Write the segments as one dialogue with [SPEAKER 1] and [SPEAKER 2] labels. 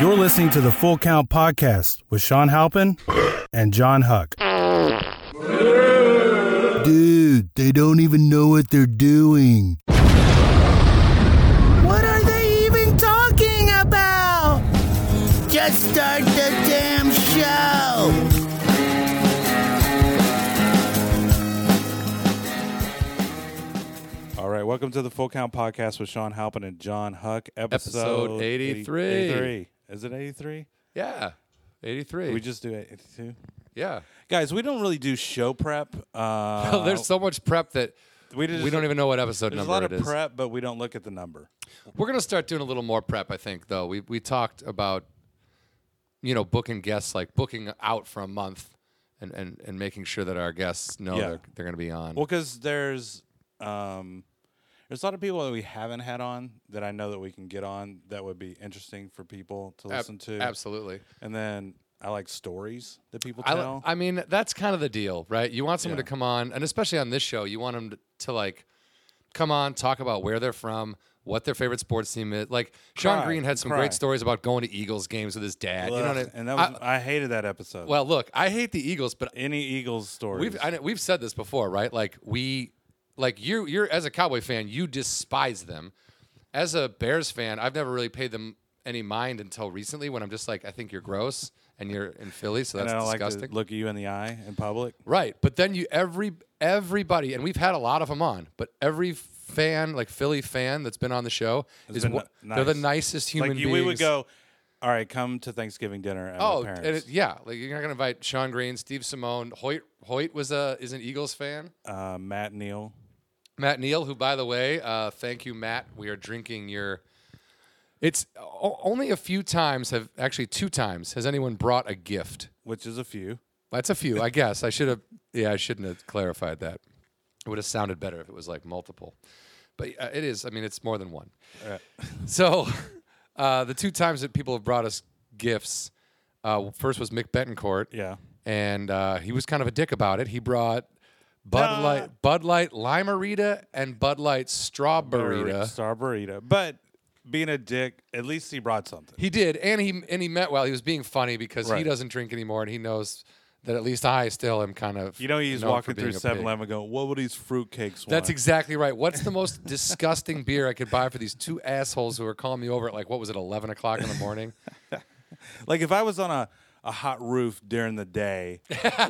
[SPEAKER 1] You're listening to the Full Count Podcast with Sean Halpin and John Huck.
[SPEAKER 2] Dude, they don't even know what they're doing.
[SPEAKER 3] What are they even talking about? Just start the damn show.
[SPEAKER 4] All right, welcome to the Full Count Podcast with Sean Halpin and John Huck, episode,
[SPEAKER 5] Episode 83.
[SPEAKER 4] 83. Is it 83?
[SPEAKER 5] Yeah. 83.
[SPEAKER 4] We just do 82.
[SPEAKER 5] yeah.
[SPEAKER 4] Guys, we don't really do show prep. Uh,
[SPEAKER 5] Oh, There's so much prep that
[SPEAKER 4] we, just,
[SPEAKER 5] we don't even know what episode
[SPEAKER 4] There's
[SPEAKER 5] number
[SPEAKER 4] a lot
[SPEAKER 5] it
[SPEAKER 4] of
[SPEAKER 5] is.
[SPEAKER 4] prep, but we don't look at the number.
[SPEAKER 5] We're going to start doing a little more prep, I think, though. We, we talked about, you know, booking guests, like booking out for a month and, and, and making sure that our guests know
[SPEAKER 4] Yeah.
[SPEAKER 5] they're, they're going to be on.
[SPEAKER 4] Well, because there's um, there's a lot of people that we haven't had on that I know that we can get on that would be interesting for people to
[SPEAKER 5] Ab-
[SPEAKER 4] listen to.
[SPEAKER 5] Absolutely.
[SPEAKER 4] And then I like stories that people
[SPEAKER 5] I,
[SPEAKER 4] tell.
[SPEAKER 5] li- I mean, that's kind of the deal, right? You want someone
[SPEAKER 4] Yeah.
[SPEAKER 5] to come on, and especially on this show, you want them to, to like come on, talk about where they're from, what their favorite sports team is. Like Sean
[SPEAKER 4] Cry,
[SPEAKER 5] Green had some
[SPEAKER 4] cry.
[SPEAKER 5] great stories about going to Eagles games with his dad. you know
[SPEAKER 4] Ugh,
[SPEAKER 5] what I mean?
[SPEAKER 4] and that was I, hated that episode.
[SPEAKER 5] well, look, I hate the Eagles, but
[SPEAKER 4] any Eagles stories.
[SPEAKER 5] we've I, know- we've said this before, right? Like we, like you, you're as a Cowboy fan, you despise them. As a Bears fan, I've never really paid them any mind until recently, when I'm just like, I think you're gross, and you're in Philly, so
[SPEAKER 4] and
[SPEAKER 5] that's
[SPEAKER 4] I don't
[SPEAKER 5] disgusting.
[SPEAKER 4] like to look you in the eye in public.
[SPEAKER 5] Right, but then you every everybody, and we've had a lot of them on, but every fan, like Philly fan that's been on the show, is
[SPEAKER 4] been
[SPEAKER 5] wha-
[SPEAKER 4] ni-
[SPEAKER 5] they're the
[SPEAKER 4] nice.
[SPEAKER 5] nicest human
[SPEAKER 4] Like you,
[SPEAKER 5] beings.
[SPEAKER 4] we would go, all right, come to Thanksgiving dinner at
[SPEAKER 5] oh,
[SPEAKER 4] my parents.
[SPEAKER 5] and it- yeah, like you're not gonna invite Sean Green, Steve Simone, Hoyt. Hoyt was a is an Eagles fan.
[SPEAKER 4] uh, Matt Neal.
[SPEAKER 5] Matt Neal, who by the way, uh, thank you, Matt. We are drinking your. It's o- only a few times have actually two times has anyone brought a gift.
[SPEAKER 4] Which is a few.
[SPEAKER 5] That's a few, I guess. I should have. Yeah, I shouldn't have clarified that. It would have sounded better if it was like multiple, but uh, it is. I mean, it's more than one. So, uh, the two times that people have brought us gifts, uh, first was Mick Betancourt.
[SPEAKER 4] Yeah.
[SPEAKER 5] and uh, he was kind of a dick about it. He brought Bud
[SPEAKER 4] Nah.
[SPEAKER 5] Light, Bud Light Limerita, and Bud Light Strawberita.
[SPEAKER 4] Star burrito. But being a dick, at least he brought something.
[SPEAKER 5] He did, and he and he meant well. He was being funny because
[SPEAKER 4] Right.
[SPEAKER 5] he doesn't drink anymore, and he knows that at least I still am kind of.
[SPEAKER 4] You know, he's
[SPEAKER 5] known for
[SPEAKER 4] walking
[SPEAKER 5] being
[SPEAKER 4] through
[SPEAKER 5] a pig.
[SPEAKER 4] 7 Eleven going, what would these fruitcakes want?
[SPEAKER 5] That's exactly right. What's the most disgusting beer I could buy for these two assholes who are calling me over at like what was it, eleven o'clock in the morning?
[SPEAKER 4] like if I was on a, a hot roof during the day,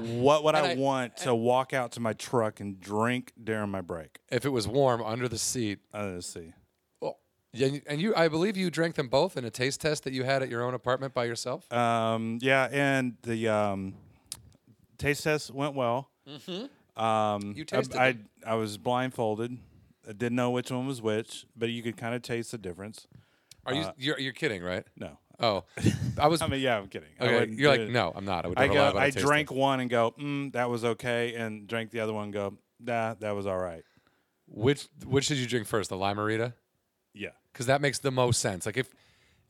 [SPEAKER 4] what would I,
[SPEAKER 5] I-
[SPEAKER 4] want to walk out to my truck and drink during my break?
[SPEAKER 5] if it was warm under the seat,
[SPEAKER 4] I don't see.
[SPEAKER 5] well, yeah, you- and you, I believe you drank them both in a taste test that you had at your own apartment by yourself.
[SPEAKER 4] Um, yeah, and the um, taste test went well.
[SPEAKER 5] you
[SPEAKER 4] I,
[SPEAKER 5] tasted.
[SPEAKER 4] um, I,
[SPEAKER 5] them.
[SPEAKER 4] I was blindfolded. I didn't know which one was which, but you could kind of taste the difference.
[SPEAKER 5] Are you? You're, you're kidding, right?
[SPEAKER 4] No.
[SPEAKER 5] Oh, I was.
[SPEAKER 4] uh, I mean, yeah, I'm kidding. I
[SPEAKER 5] okay,
[SPEAKER 4] wouldn't
[SPEAKER 5] you're
[SPEAKER 4] do
[SPEAKER 5] like,
[SPEAKER 4] it.
[SPEAKER 5] no, I'm not. I would
[SPEAKER 4] I
[SPEAKER 5] never lie
[SPEAKER 4] go.
[SPEAKER 5] about a
[SPEAKER 4] I
[SPEAKER 5] taste
[SPEAKER 4] drank
[SPEAKER 5] test.
[SPEAKER 4] one and go, mm, that was okay, and drank the other one and go, nah, that was all right.
[SPEAKER 5] Which Which did you drink first, the limerita?
[SPEAKER 4] Yeah.
[SPEAKER 5] Because that makes the most sense. Like if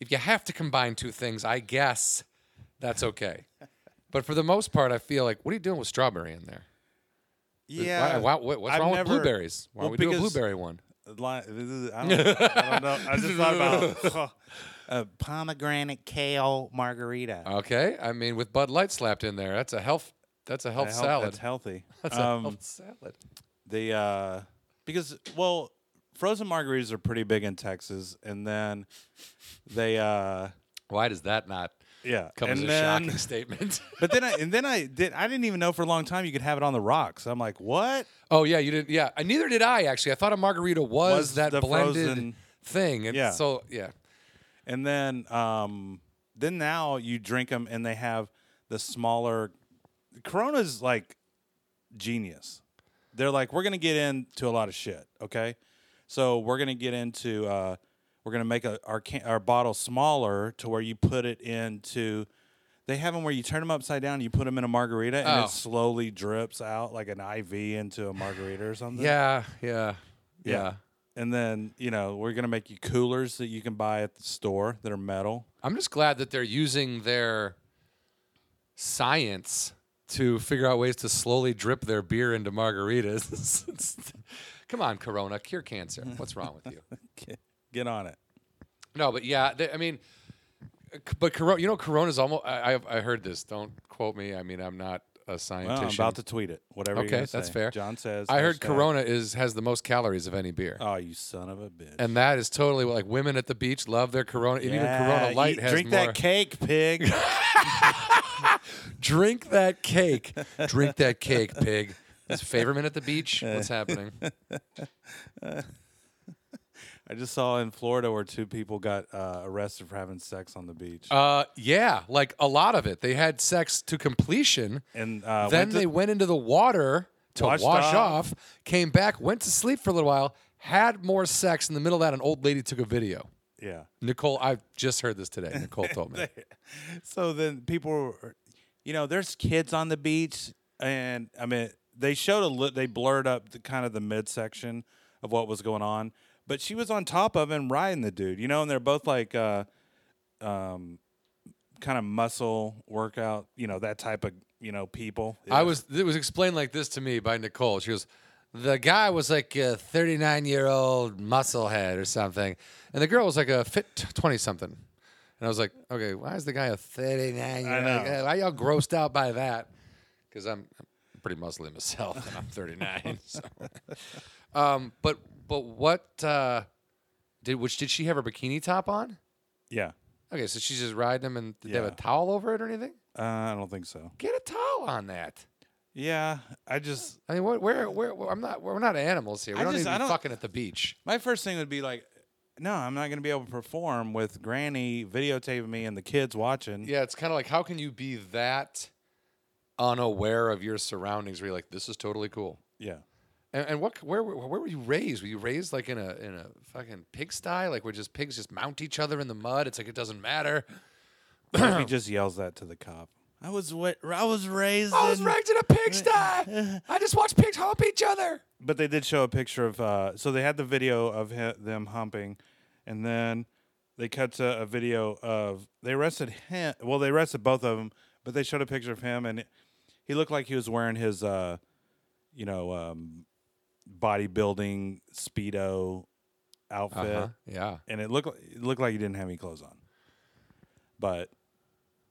[SPEAKER 5] if you have to combine two things, I guess that's okay. but for the most part, I feel like, what are you doing with strawberry in there? Why, why, what- what's
[SPEAKER 4] I've
[SPEAKER 5] wrong
[SPEAKER 4] never-
[SPEAKER 5] with blueberries? Why don't
[SPEAKER 4] well,
[SPEAKER 5] we do a
[SPEAKER 4] because-
[SPEAKER 5] blueberry one?
[SPEAKER 4] Li- this is- I, don't, I don't know. I just thought about uh,
[SPEAKER 3] A pomegranate kale margarita.
[SPEAKER 5] Oh, Okay, I mean with Bud Light slapped in there, that's a health. That's a health
[SPEAKER 4] That's
[SPEAKER 5] salad.
[SPEAKER 4] That's healthy.
[SPEAKER 5] That's a
[SPEAKER 4] um,
[SPEAKER 5] health salad.
[SPEAKER 4] the uh, because well, frozen margaritas are pretty big in Texas, and then they uh,
[SPEAKER 5] Why does that not
[SPEAKER 4] yeah,
[SPEAKER 5] come
[SPEAKER 4] and
[SPEAKER 5] as a
[SPEAKER 4] then,
[SPEAKER 5] shocking statement?
[SPEAKER 4] But then I and then I did I didn't even know for a long time you could have it on the rocks. I'm like, what?
[SPEAKER 5] Oh yeah, you didn't. Yeah, and neither did I actually. I thought a margarita was,
[SPEAKER 4] Was
[SPEAKER 5] that
[SPEAKER 4] the
[SPEAKER 5] blended
[SPEAKER 4] frozen-
[SPEAKER 5] thing, and
[SPEAKER 4] Yeah.
[SPEAKER 5] so yeah,
[SPEAKER 4] And then um then now you drink them and they have the smaller Corona's like genius. They're like we're going to get into a lot of shit, okay? So we're going to get into uh we're going to make a, our can, our bottle smaller to where you put it into they have them where you turn them upside down, you put them in a margarita, and
[SPEAKER 5] Oh.
[SPEAKER 4] it slowly drips out like an IV into a margarita or something.
[SPEAKER 5] yeah, yeah, yeah.
[SPEAKER 4] And then, you know, we're going to make you coolers that you can buy at the store that are metal.
[SPEAKER 5] I'm just glad that they're using their science to figure out ways to slowly drip their beer into margaritas. Come on, Corona, cure cancer. What's wrong with you?
[SPEAKER 4] Get on it.
[SPEAKER 5] No, but yeah, they, I mean, but Corona, you know, Corona's almost. I, I I heard this. Don't quote me. I mean, I'm not a
[SPEAKER 4] Well,
[SPEAKER 5] scientist.
[SPEAKER 4] I'm about to tweet it. Whatever. you're
[SPEAKER 5] Okay,
[SPEAKER 4] gonna
[SPEAKER 5] that's
[SPEAKER 4] say.
[SPEAKER 5] fair.
[SPEAKER 4] John says.
[SPEAKER 5] I heard
[SPEAKER 4] hashtag-
[SPEAKER 5] Corona is has the most calories of any beer,
[SPEAKER 4] Oh, you son of a bitch.
[SPEAKER 5] and that is totally what- like women at the beach love their Corona. And even
[SPEAKER 4] Yeah,
[SPEAKER 5] Corona Light
[SPEAKER 4] eat-
[SPEAKER 5] has
[SPEAKER 4] drink
[SPEAKER 5] more.
[SPEAKER 4] that cake, pig.
[SPEAKER 5] drink that cake. drink that cake, pig. Is Favorman at the beach? What's happening?
[SPEAKER 4] I just saw in Florida where two people got uh, arrested for having sex on the beach,
[SPEAKER 5] Uh, yeah, like a lot of it. They had sex to completion.
[SPEAKER 4] and uh,
[SPEAKER 5] then
[SPEAKER 4] went to-
[SPEAKER 5] they went into the water to
[SPEAKER 4] Washed
[SPEAKER 5] wash
[SPEAKER 4] off.
[SPEAKER 5] off. came back, went to sleep for a little while, had more sex. In the middle of that, an old lady took a video.
[SPEAKER 4] yeah.
[SPEAKER 5] Nicole, I just heard this today. Nicole told me.
[SPEAKER 4] So then people, were, you know, there's kids on the beach, and I mean, they showed a li- they blurred up the kind of the midsection of what was going on, but she was on top of him riding the dude, you know, and they're both like, uh, um, kind of muscle workout, you know, that type of you know people.
[SPEAKER 5] I was it was explained like this to me by Nicole. She goes, the guy was like a 39 year old musclehead or something, and the girl was like a fit 20 something. And I was like, okay, why is the guy a 39 year old?
[SPEAKER 4] know.
[SPEAKER 5] guy? Why y'all grossed out by that? Because I'm, I'm pretty muscly myself, and I'm 39. so. um, but but what uh, did which did she have her bikini top on?
[SPEAKER 4] yeah.
[SPEAKER 5] Okay, so she's just riding him, and did they have
[SPEAKER 4] Yeah.
[SPEAKER 5] a towel over it or anything?
[SPEAKER 4] Uh, I don't think so.
[SPEAKER 5] Get a towel on that.
[SPEAKER 4] Yeah, I just
[SPEAKER 5] I mean, what, where, where, where- I'm not, we're not animals here. We
[SPEAKER 4] I
[SPEAKER 5] don't
[SPEAKER 4] just-
[SPEAKER 5] need
[SPEAKER 4] I
[SPEAKER 5] to be
[SPEAKER 4] don't-
[SPEAKER 5] fucking at the beach.
[SPEAKER 4] My first thing would be like, no, I'm not going to be able to perform with Granny videotaping me and the kids watching.
[SPEAKER 5] Yeah, it's kind of like, how can you be that unaware of your surroundings? Where you're like, this is totally cool.
[SPEAKER 4] Yeah.
[SPEAKER 5] And, and what, where, were- where were you raised? Were you raised like in a in a fucking pigsty? Like where just pigs just mount each other in the mud? It's like it doesn't matter.
[SPEAKER 4] What if he just yells that to the cop. I was what I was raised.
[SPEAKER 5] I was
[SPEAKER 4] in-
[SPEAKER 5] raised in a pigsty. I just watched pigs hump each other.
[SPEAKER 4] But they did show a picture of. Uh, so they had the video of hi them humping, and then they cut to a video of they arrested him. Well, they arrested both of them, but they showed a picture of him, and he looked like he was wearing his, uh, you know, um, bodybuilding speedo outfit.
[SPEAKER 5] Uh-huh. Yeah.
[SPEAKER 4] and it looked it looked like he didn't have any clothes on. But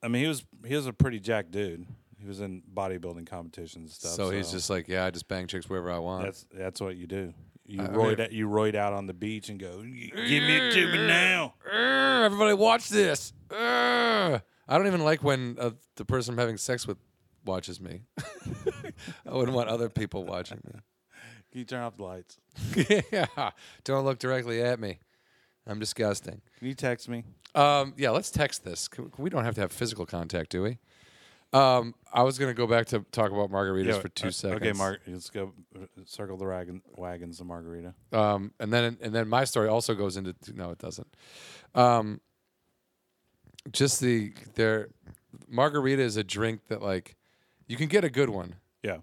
[SPEAKER 4] I mean, he was he was a pretty jacked dude. He was in bodybuilding competitions and stuff.
[SPEAKER 5] So he's just like, yeah, I just bang chicks wherever I want.
[SPEAKER 4] that's that's what you do. You
[SPEAKER 5] I
[SPEAKER 4] roid
[SPEAKER 5] mean-
[SPEAKER 4] out, you roid out on the beach and go, "Y- give me a tube now.
[SPEAKER 5] "Urgh, everybody watch this. Urgh." I don't even like when uh, the person I'm having sex with watches me. I wouldn't want other people watching
[SPEAKER 4] Can you turn off the lights?
[SPEAKER 5] me. yeah, don't look directly at me. I'm disgusting.
[SPEAKER 4] Can you text me?
[SPEAKER 5] Um, yeah, let's text this. C- We don't have to have physical contact, do we? Um, I was going to go back to talk about margaritas
[SPEAKER 4] Yeah,
[SPEAKER 5] for two
[SPEAKER 4] uh,
[SPEAKER 5] seconds.
[SPEAKER 4] Okay, Mark, let's go uh, circle the wagon, wagons of margarita.
[SPEAKER 5] Um, and then and then my story also goes into no, it doesn't. Um, just the their margarita is a drink that like you can get a good one,
[SPEAKER 4] Yeah,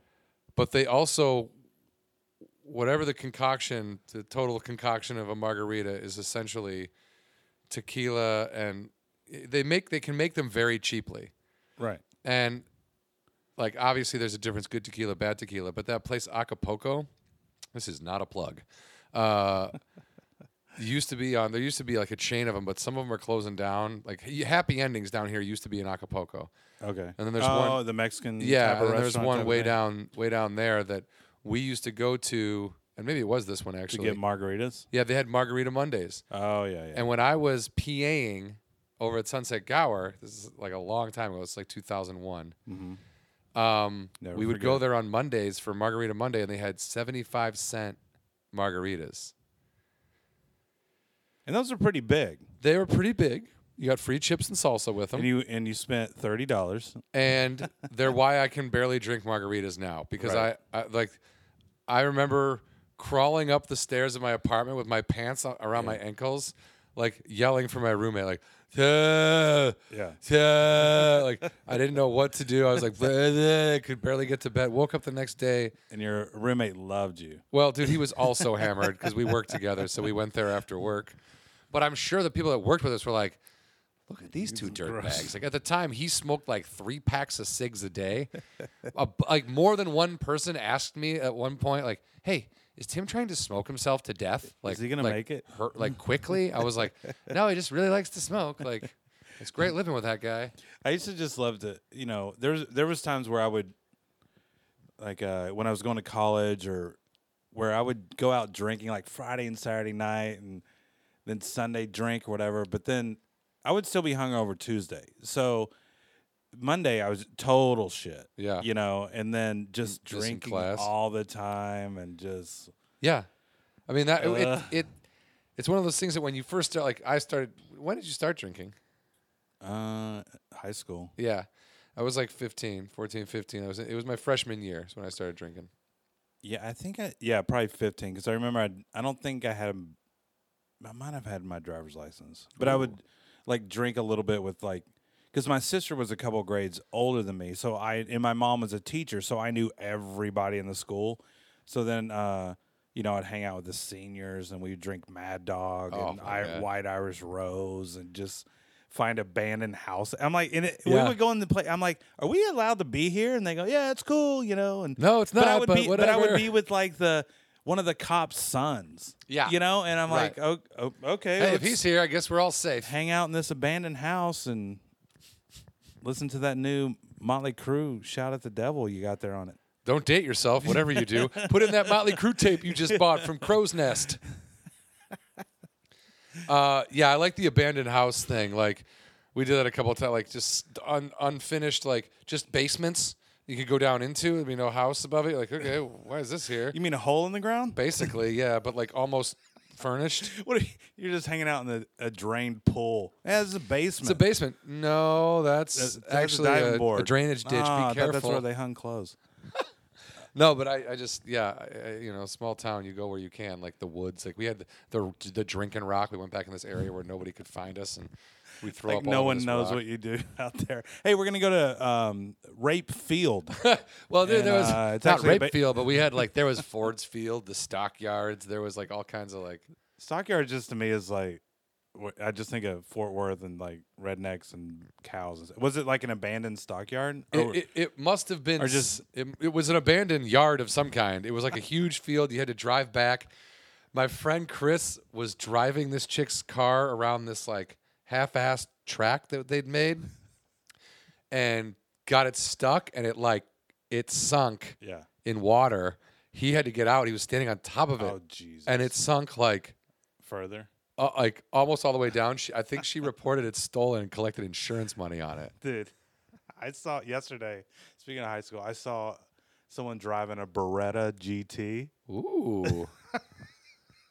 [SPEAKER 5] but they also whatever the concoction, the total concoction of a margarita is essentially tequila and eh, they make they can make them very cheaply
[SPEAKER 4] right.
[SPEAKER 5] and like obviously there's a difference good tequila bad tequila but that place acapulco this is not a plug uh used to be on there used to be like a chain of them but some of them are closing down like H- happy endings down here used to be in acapulco
[SPEAKER 4] Okay.
[SPEAKER 5] And then there's
[SPEAKER 4] oh,
[SPEAKER 5] one-
[SPEAKER 4] the Mexican.
[SPEAKER 5] yeah
[SPEAKER 4] type of
[SPEAKER 5] and there's
[SPEAKER 4] restaurant type
[SPEAKER 5] one
[SPEAKER 4] of
[SPEAKER 5] way
[SPEAKER 4] thing
[SPEAKER 5] down way down there that we used to go to and maybe it was this one
[SPEAKER 4] to
[SPEAKER 5] actually
[SPEAKER 4] get margaritas.
[SPEAKER 5] yeah they had margarita mondays
[SPEAKER 4] Oh yeah, yeah.
[SPEAKER 5] and when I was PAing over at Sunset Gower, this is like a long time ago. It's like 2001. Um,
[SPEAKER 4] Mm-hmm. Never
[SPEAKER 5] we would
[SPEAKER 4] forget.
[SPEAKER 5] go there on Mondays for Margarita Monday, and they had 75 cent margaritas.
[SPEAKER 4] and those are pretty big.
[SPEAKER 5] They were pretty big. You got free chips and salsa with them.
[SPEAKER 4] and you and you spent thirty dollars.
[SPEAKER 5] and they're why I can barely drink margaritas now because
[SPEAKER 4] Right.
[SPEAKER 5] I, I like I remember crawling up the stairs of my apartment with my pants a- around my ankles, like yelling for my roommate, like yeah,
[SPEAKER 4] Yeah.
[SPEAKER 5] like I didn't know what to do. I was like, I could barely get to bed. Woke up the next day.
[SPEAKER 4] And your roommate loved you.
[SPEAKER 5] Well, dude, he was also hammered because we worked together, so we went there after work. But I'm sure the people that worked with us were like, "Look at these two dirt bags!" Like at the time, he smoked like three packs of cigs a day. A b- like more than one person asked me at one point, like, "Hey." Is Tim trying to smoke himself to death? Like,
[SPEAKER 4] he gonna
[SPEAKER 5] like,
[SPEAKER 4] make it?
[SPEAKER 5] Hurt, like quickly? I was like, no, he just really likes to smoke. Like, It's great living with that guy.
[SPEAKER 4] I used to just love to, you know, there's there was times where I would like uh when I was going to college or where I would go out drinking like Friday and Saturday night and then Sunday drink or whatever, but then I would still be hungover Tuesday. So Monday I was total shit.
[SPEAKER 5] Yeah.
[SPEAKER 4] You know, and then just
[SPEAKER 5] Just in
[SPEAKER 4] drinking
[SPEAKER 5] class.
[SPEAKER 4] all the time and just
[SPEAKER 5] Yeah, I mean that
[SPEAKER 4] Uh.
[SPEAKER 5] it, it it's one of those things that when you first start, like I started. When did you start drinking?
[SPEAKER 4] uh high school.
[SPEAKER 5] Yeah, I was like 15, 14, 15. I was it was my freshman year is when I started drinking.
[SPEAKER 4] Yeah, I think I yeah, probably 15 cuz I remember I I don't think I had a I might have had my driver's license. But I would like drink a little bit with like cuz my sister was a couple grades older than me. So I and my mom was a teacher, so I knew everybody in the school. So then uh you know, I'd hang out with the seniors and we'd drink Mad Dog
[SPEAKER 5] Oh,
[SPEAKER 4] and
[SPEAKER 5] my
[SPEAKER 4] I,
[SPEAKER 5] God.
[SPEAKER 4] White Irish Rose and just find abandoned house. I'm like, and it, we
[SPEAKER 5] Yeah.
[SPEAKER 4] would go in the play. I'm like, are we allowed to be here? And they go, yeah, it's cool, you know. And
[SPEAKER 5] No, it's
[SPEAKER 4] but I
[SPEAKER 5] not,
[SPEAKER 4] would
[SPEAKER 5] but
[SPEAKER 4] be, but I would
[SPEAKER 5] whatever.
[SPEAKER 4] be with like the one of the cop's sons.
[SPEAKER 5] Yeah.
[SPEAKER 4] you know, and I'm
[SPEAKER 5] Right.
[SPEAKER 4] like, oh, oh, okay,
[SPEAKER 5] Hey, if
[SPEAKER 4] let's
[SPEAKER 5] he's here, I guess we're all safe.
[SPEAKER 4] hang out in this abandoned house and listen to that new Motley Crue "Shout at the Devil" you got there on it.
[SPEAKER 5] Don't date yourself, whatever you do. Put in that Motley Crue tape you just bought from Crow's Nest. Uh, yeah, I like the abandoned house thing. Like, we did that a couple of times. Like, just un- unfinished, like just basements you could go down into. There'd be no house above it. Like, okay, why is this here?
[SPEAKER 4] You mean a hole in the ground?
[SPEAKER 5] Basically, yeah, but like almost furnished.
[SPEAKER 4] What? Are you, you're just hanging out in the, a drained pool. That's a
[SPEAKER 5] It's
[SPEAKER 4] basement.
[SPEAKER 5] a basement. No, that's,
[SPEAKER 4] That's- that's a
[SPEAKER 5] actually
[SPEAKER 4] diving
[SPEAKER 5] a,
[SPEAKER 4] board.
[SPEAKER 5] a drainage ditch. Be
[SPEAKER 4] Ah, I thought
[SPEAKER 5] careful.
[SPEAKER 4] That's where they hung clothes.
[SPEAKER 5] No, but I, I just yeah, I, I- you know, small town, you go where you can, like the woods. Like we had the the, the drinking rock. We went back in this area where nobody could find us, and we throw up.
[SPEAKER 4] Like no
[SPEAKER 5] all
[SPEAKER 4] one knows what you do out there. Hey, we're gonna go to um, Rape Field.
[SPEAKER 5] well, there, there
[SPEAKER 4] and,
[SPEAKER 5] was
[SPEAKER 4] uh, it's
[SPEAKER 5] not
[SPEAKER 4] actually a
[SPEAKER 5] rape
[SPEAKER 4] ba-
[SPEAKER 5] field, but we had like there was Ford's Field, the stockyards. There was like all kinds of like
[SPEAKER 4] Stockyard just to me is like wh- I just think of Fort Worth and like rednecks and cows. and s- Was it like an abandoned stockyard? Or-
[SPEAKER 5] It, it, it must have been
[SPEAKER 4] Or
[SPEAKER 5] or
[SPEAKER 4] just-
[SPEAKER 5] just it, it was an abandoned yard of some kind. It was like a huge field. You had to drive back. My friend Chris was driving this chick's car around this like half-assed track that they'd made, and got it stuck, and it like it sunk
[SPEAKER 4] yeah.
[SPEAKER 5] in water. He had to get out. He was standing on top of it,
[SPEAKER 4] Oh Jesus.
[SPEAKER 5] and it sunk like
[SPEAKER 4] further.
[SPEAKER 5] uh, like almost all the way down. She, I think she reported it stolen and collected insurance money on it.
[SPEAKER 4] Dude, I saw yesterday. Speaking of high school, I saw someone driving a Beretta GT.
[SPEAKER 5] Ooh.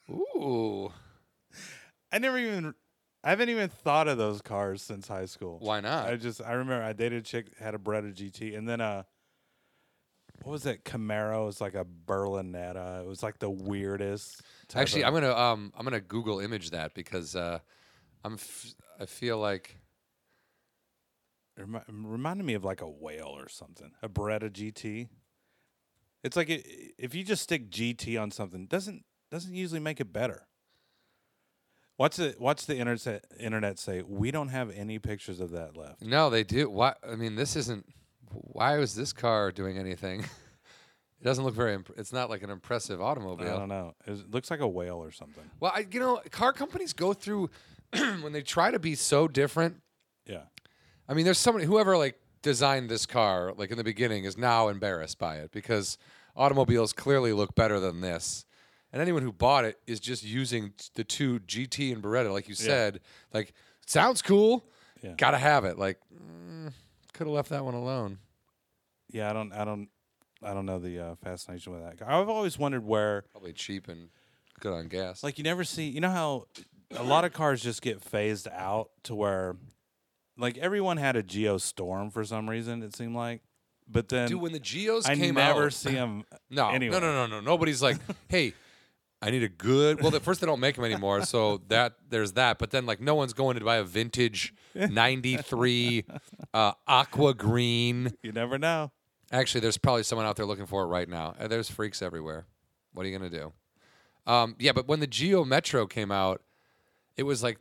[SPEAKER 5] Ooh.
[SPEAKER 4] I never even. I haven't even thought of those cars since high school.
[SPEAKER 5] Why not?
[SPEAKER 4] I just I remember I dated a chick had a Beretta GT and then uh what was that Camaro? It was like a Berlinetta. It was like the weirdest. type
[SPEAKER 5] Actually,
[SPEAKER 4] of-
[SPEAKER 5] I'm gonna um I'm gonna Google image that because uh I'm f- I feel like
[SPEAKER 4] It remi- reminded me of like a whale or something. A Beretta GT. It's like i if you just stick GT on something, doesn't doesn't usually make it better. What's the what's the internet internet say? We don't have any pictures of that left.
[SPEAKER 5] no, they do. Why? I mean, this isn't. Why is this car doing anything? it doesn't look very. Imp- it's not like an impressive
[SPEAKER 4] I
[SPEAKER 5] automobile.
[SPEAKER 4] don't know. It, was- it looks like a whale or something.
[SPEAKER 5] well, I, you know, car companies go through when they try to be so different.
[SPEAKER 4] Yeah.
[SPEAKER 5] I mean, there's someone whoever like designed this car like in the beginning is now embarrassed by it because automobiles clearly look better than this. And anyone who bought it is just using t- the two GT and Beretta, like you said. Like, sounds cool.
[SPEAKER 4] Yeah.
[SPEAKER 5] Gotta have it. Like, mm, could have left that one alone.
[SPEAKER 4] Yeah, I don't, I don't, I don't know the uh, fascination with that. guy. I've always wondered where,
[SPEAKER 5] Probably cheap and good on gas.
[SPEAKER 4] like, you never see. You know how a lot of cars just get phased out to where, like, everyone had a Geo Storm for some reason. It seemed like, but then
[SPEAKER 5] dude, when the Geos
[SPEAKER 4] I
[SPEAKER 5] came
[SPEAKER 4] never
[SPEAKER 5] out,
[SPEAKER 4] see them.
[SPEAKER 5] No,
[SPEAKER 4] anyway.
[SPEAKER 5] no, no, no, no. Nobody's like, hey, I need a good. Well, the first they don't make them anymore, so that there's that. But then like, no one's going to buy a vintage '93 uh, aqua green.
[SPEAKER 4] You never know.
[SPEAKER 5] Actually, there's probably someone out there looking for it right now. Uh, There's freaks everywhere. What are you gonna do? Um, yeah, but when the Geo Metro came out, it was like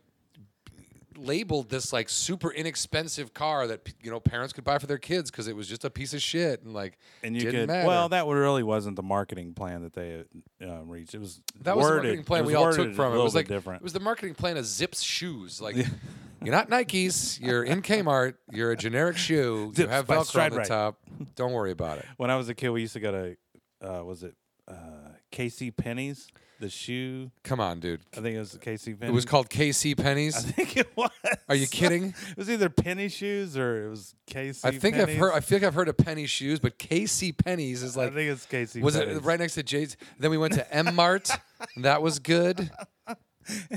[SPEAKER 5] labeled this like super inexpensive car that p- you know parents could buy for their kids because it was just a piece of shit and like
[SPEAKER 4] And you
[SPEAKER 5] didn't
[SPEAKER 4] could
[SPEAKER 5] matter.
[SPEAKER 4] well, that really wasn't the marketing plan that they um, reached. It was
[SPEAKER 5] That was
[SPEAKER 4] worded,
[SPEAKER 5] the marketing
[SPEAKER 4] it
[SPEAKER 5] plan
[SPEAKER 4] was
[SPEAKER 5] we all
[SPEAKER 4] worded
[SPEAKER 5] took
[SPEAKER 4] a
[SPEAKER 5] from it. It
[SPEAKER 4] little
[SPEAKER 5] was
[SPEAKER 4] bit
[SPEAKER 5] like
[SPEAKER 4] different.
[SPEAKER 5] it was the marketing plan of Zips shoes. Like You're not Nikes. You're in Kmart. You're a generic shoe. You
[SPEAKER 4] Zips
[SPEAKER 5] have
[SPEAKER 4] by
[SPEAKER 5] Velcro on
[SPEAKER 4] Stride
[SPEAKER 5] the
[SPEAKER 4] Right.
[SPEAKER 5] top. Don't worry about it.
[SPEAKER 4] When I was a kid, we used to go to, uh, was it uh, KC Penney's? The shoe.
[SPEAKER 5] Come on, dude.
[SPEAKER 4] I think it was KC Penney's.
[SPEAKER 5] It was called KC
[SPEAKER 4] I
[SPEAKER 5] Pennies.
[SPEAKER 4] think it was.
[SPEAKER 5] Are you kidding?
[SPEAKER 4] it was either penny shoes or it was KC.
[SPEAKER 5] I think I've
[SPEAKER 4] Penney's.
[SPEAKER 5] heard. I feel like I've heard of Penny shoes, but KC Pennies is
[SPEAKER 4] I
[SPEAKER 5] like.
[SPEAKER 4] think it's KC.
[SPEAKER 5] Was it
[SPEAKER 4] Penney's.
[SPEAKER 5] right next to Jay's? Then we went to M Mart. and that was good.